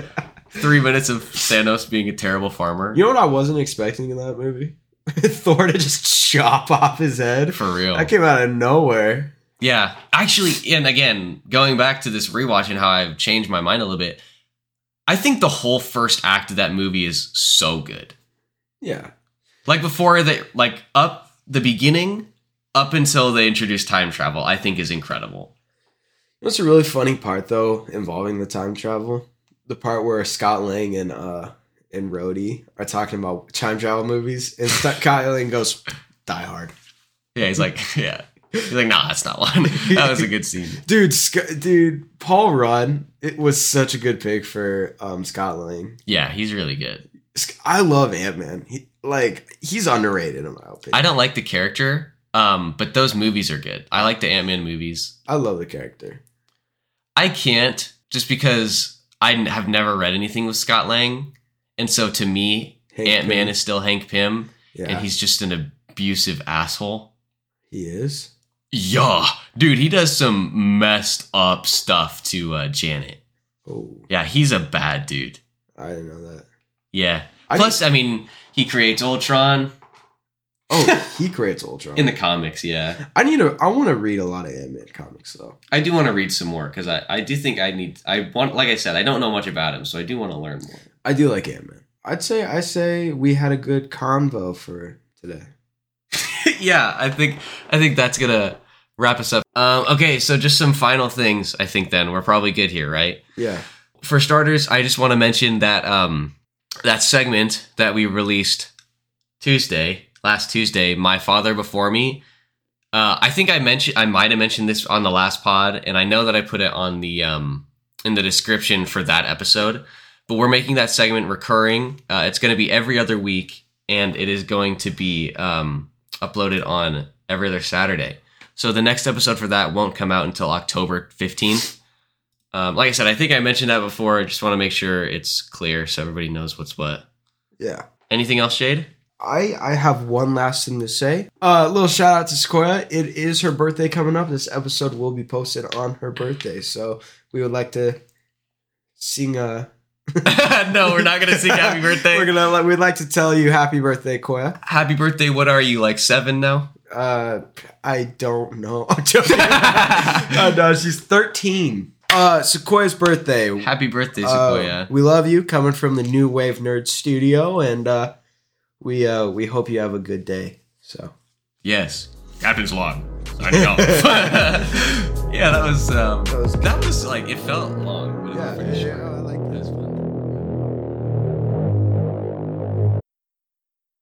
Speaker 1: Three minutes of Thanos being a terrible farmer.
Speaker 2: you know what I wasn't expecting in that movie? Thor to just chop off his head.
Speaker 1: For real.
Speaker 2: That came out of nowhere.
Speaker 1: Yeah. Actually, and again, going back to this rewatch and how I've changed my mind a little bit, I think the whole first act of that movie is so good.
Speaker 2: Yeah.
Speaker 1: Like before they like up the beginning up until they introduce time travel, I think is incredible.
Speaker 2: What's a really funny part though involving the time travel? The part where Scott Lang and uh and Rhodey are talking about time travel movies, and Scott Lang goes, "Die Hard."
Speaker 1: Yeah, he's like, yeah. He's like, nah, that's not one. that was a good scene.
Speaker 2: Dude, Sc- dude, Paul Rudd. It was such a good pick for um, Scott Lang.
Speaker 1: Yeah, he's really good.
Speaker 2: Sc- I love Ant Man. He like he's underrated in my
Speaker 1: I
Speaker 2: opinion.
Speaker 1: don't like the character, um, but those movies are good. I like the Ant Man movies.
Speaker 2: I, love the character.
Speaker 1: I can't just because I n- have never read anything with Scott Lang, and so to me,
Speaker 2: Hank
Speaker 1: Ant Man
Speaker 2: Pym.
Speaker 1: is still Hank Pym,
Speaker 2: yeah,
Speaker 1: and he's just an abusive asshole.
Speaker 2: he is.
Speaker 1: Yeah, dude, he does some messed up stuff to uh, Janet.
Speaker 2: Oh,
Speaker 1: Yeah, he's a bad dude.
Speaker 2: I didn't know that.
Speaker 1: Yeah.
Speaker 2: I
Speaker 1: Plus, I mean, he creates Ultron
Speaker 2: Oh, he creates Ultron.
Speaker 1: in the comics. Yeah,
Speaker 2: I need to. I want to read a lot of Ant Man comics though.
Speaker 1: I do want to read some more because I, I do think I need I want like I said I don't know much about him, so I do want to learn more.
Speaker 2: I do like Ant Man. I'd say I say we had a good convo for today.
Speaker 1: yeah, I think I think that's gonna wrap us up. Um, okay, so just some final things. I think then we're probably good here, right?
Speaker 2: Yeah.
Speaker 1: For starters, I just want to mention that um, that segment that we released Tuesday, last Tuesday, "My Father Before Me." Uh, I think I mentioned I might have mentioned this on the last pod, and I know that I put it on the um, in the description for that episode. But we're making that segment recurring. Uh, it's going to be every other week, and it is going to be um, uploaded on every other Saturday. So the next episode for that won't come out until October fifteenth. Um, like I said, I think I mentioned that before. I just want to make sure it's clear so everybody knows what's what.
Speaker 2: Yeah.
Speaker 1: Anything else, Jade?
Speaker 2: I I have one last thing to say. A uh, little shout out to Sequoia. It is her birthday coming up. This episode will be posted on her birthday, so we would like to sing a.
Speaker 1: no, we're not gonna sing happy birthday.
Speaker 2: We're gonna. like- We'd like to tell you happy birthday, Koya.
Speaker 1: happy birthday. What are you like seven now?
Speaker 2: Uh, I don't know. I'm joking. oh, no, she's thirteen. Uh, Sequoia's birthday.
Speaker 1: Happy birthday,
Speaker 2: Uh,
Speaker 1: Sequoia.
Speaker 2: we love you coming from the New Wave Nerd Studio, and uh, we uh, we hope you have a good day. So
Speaker 1: yes, Captain's log. Signing off. yeah, that was um,
Speaker 2: That was-
Speaker 1: that was like it felt long, but it was pretty short.
Speaker 2: I like
Speaker 1: That was fun.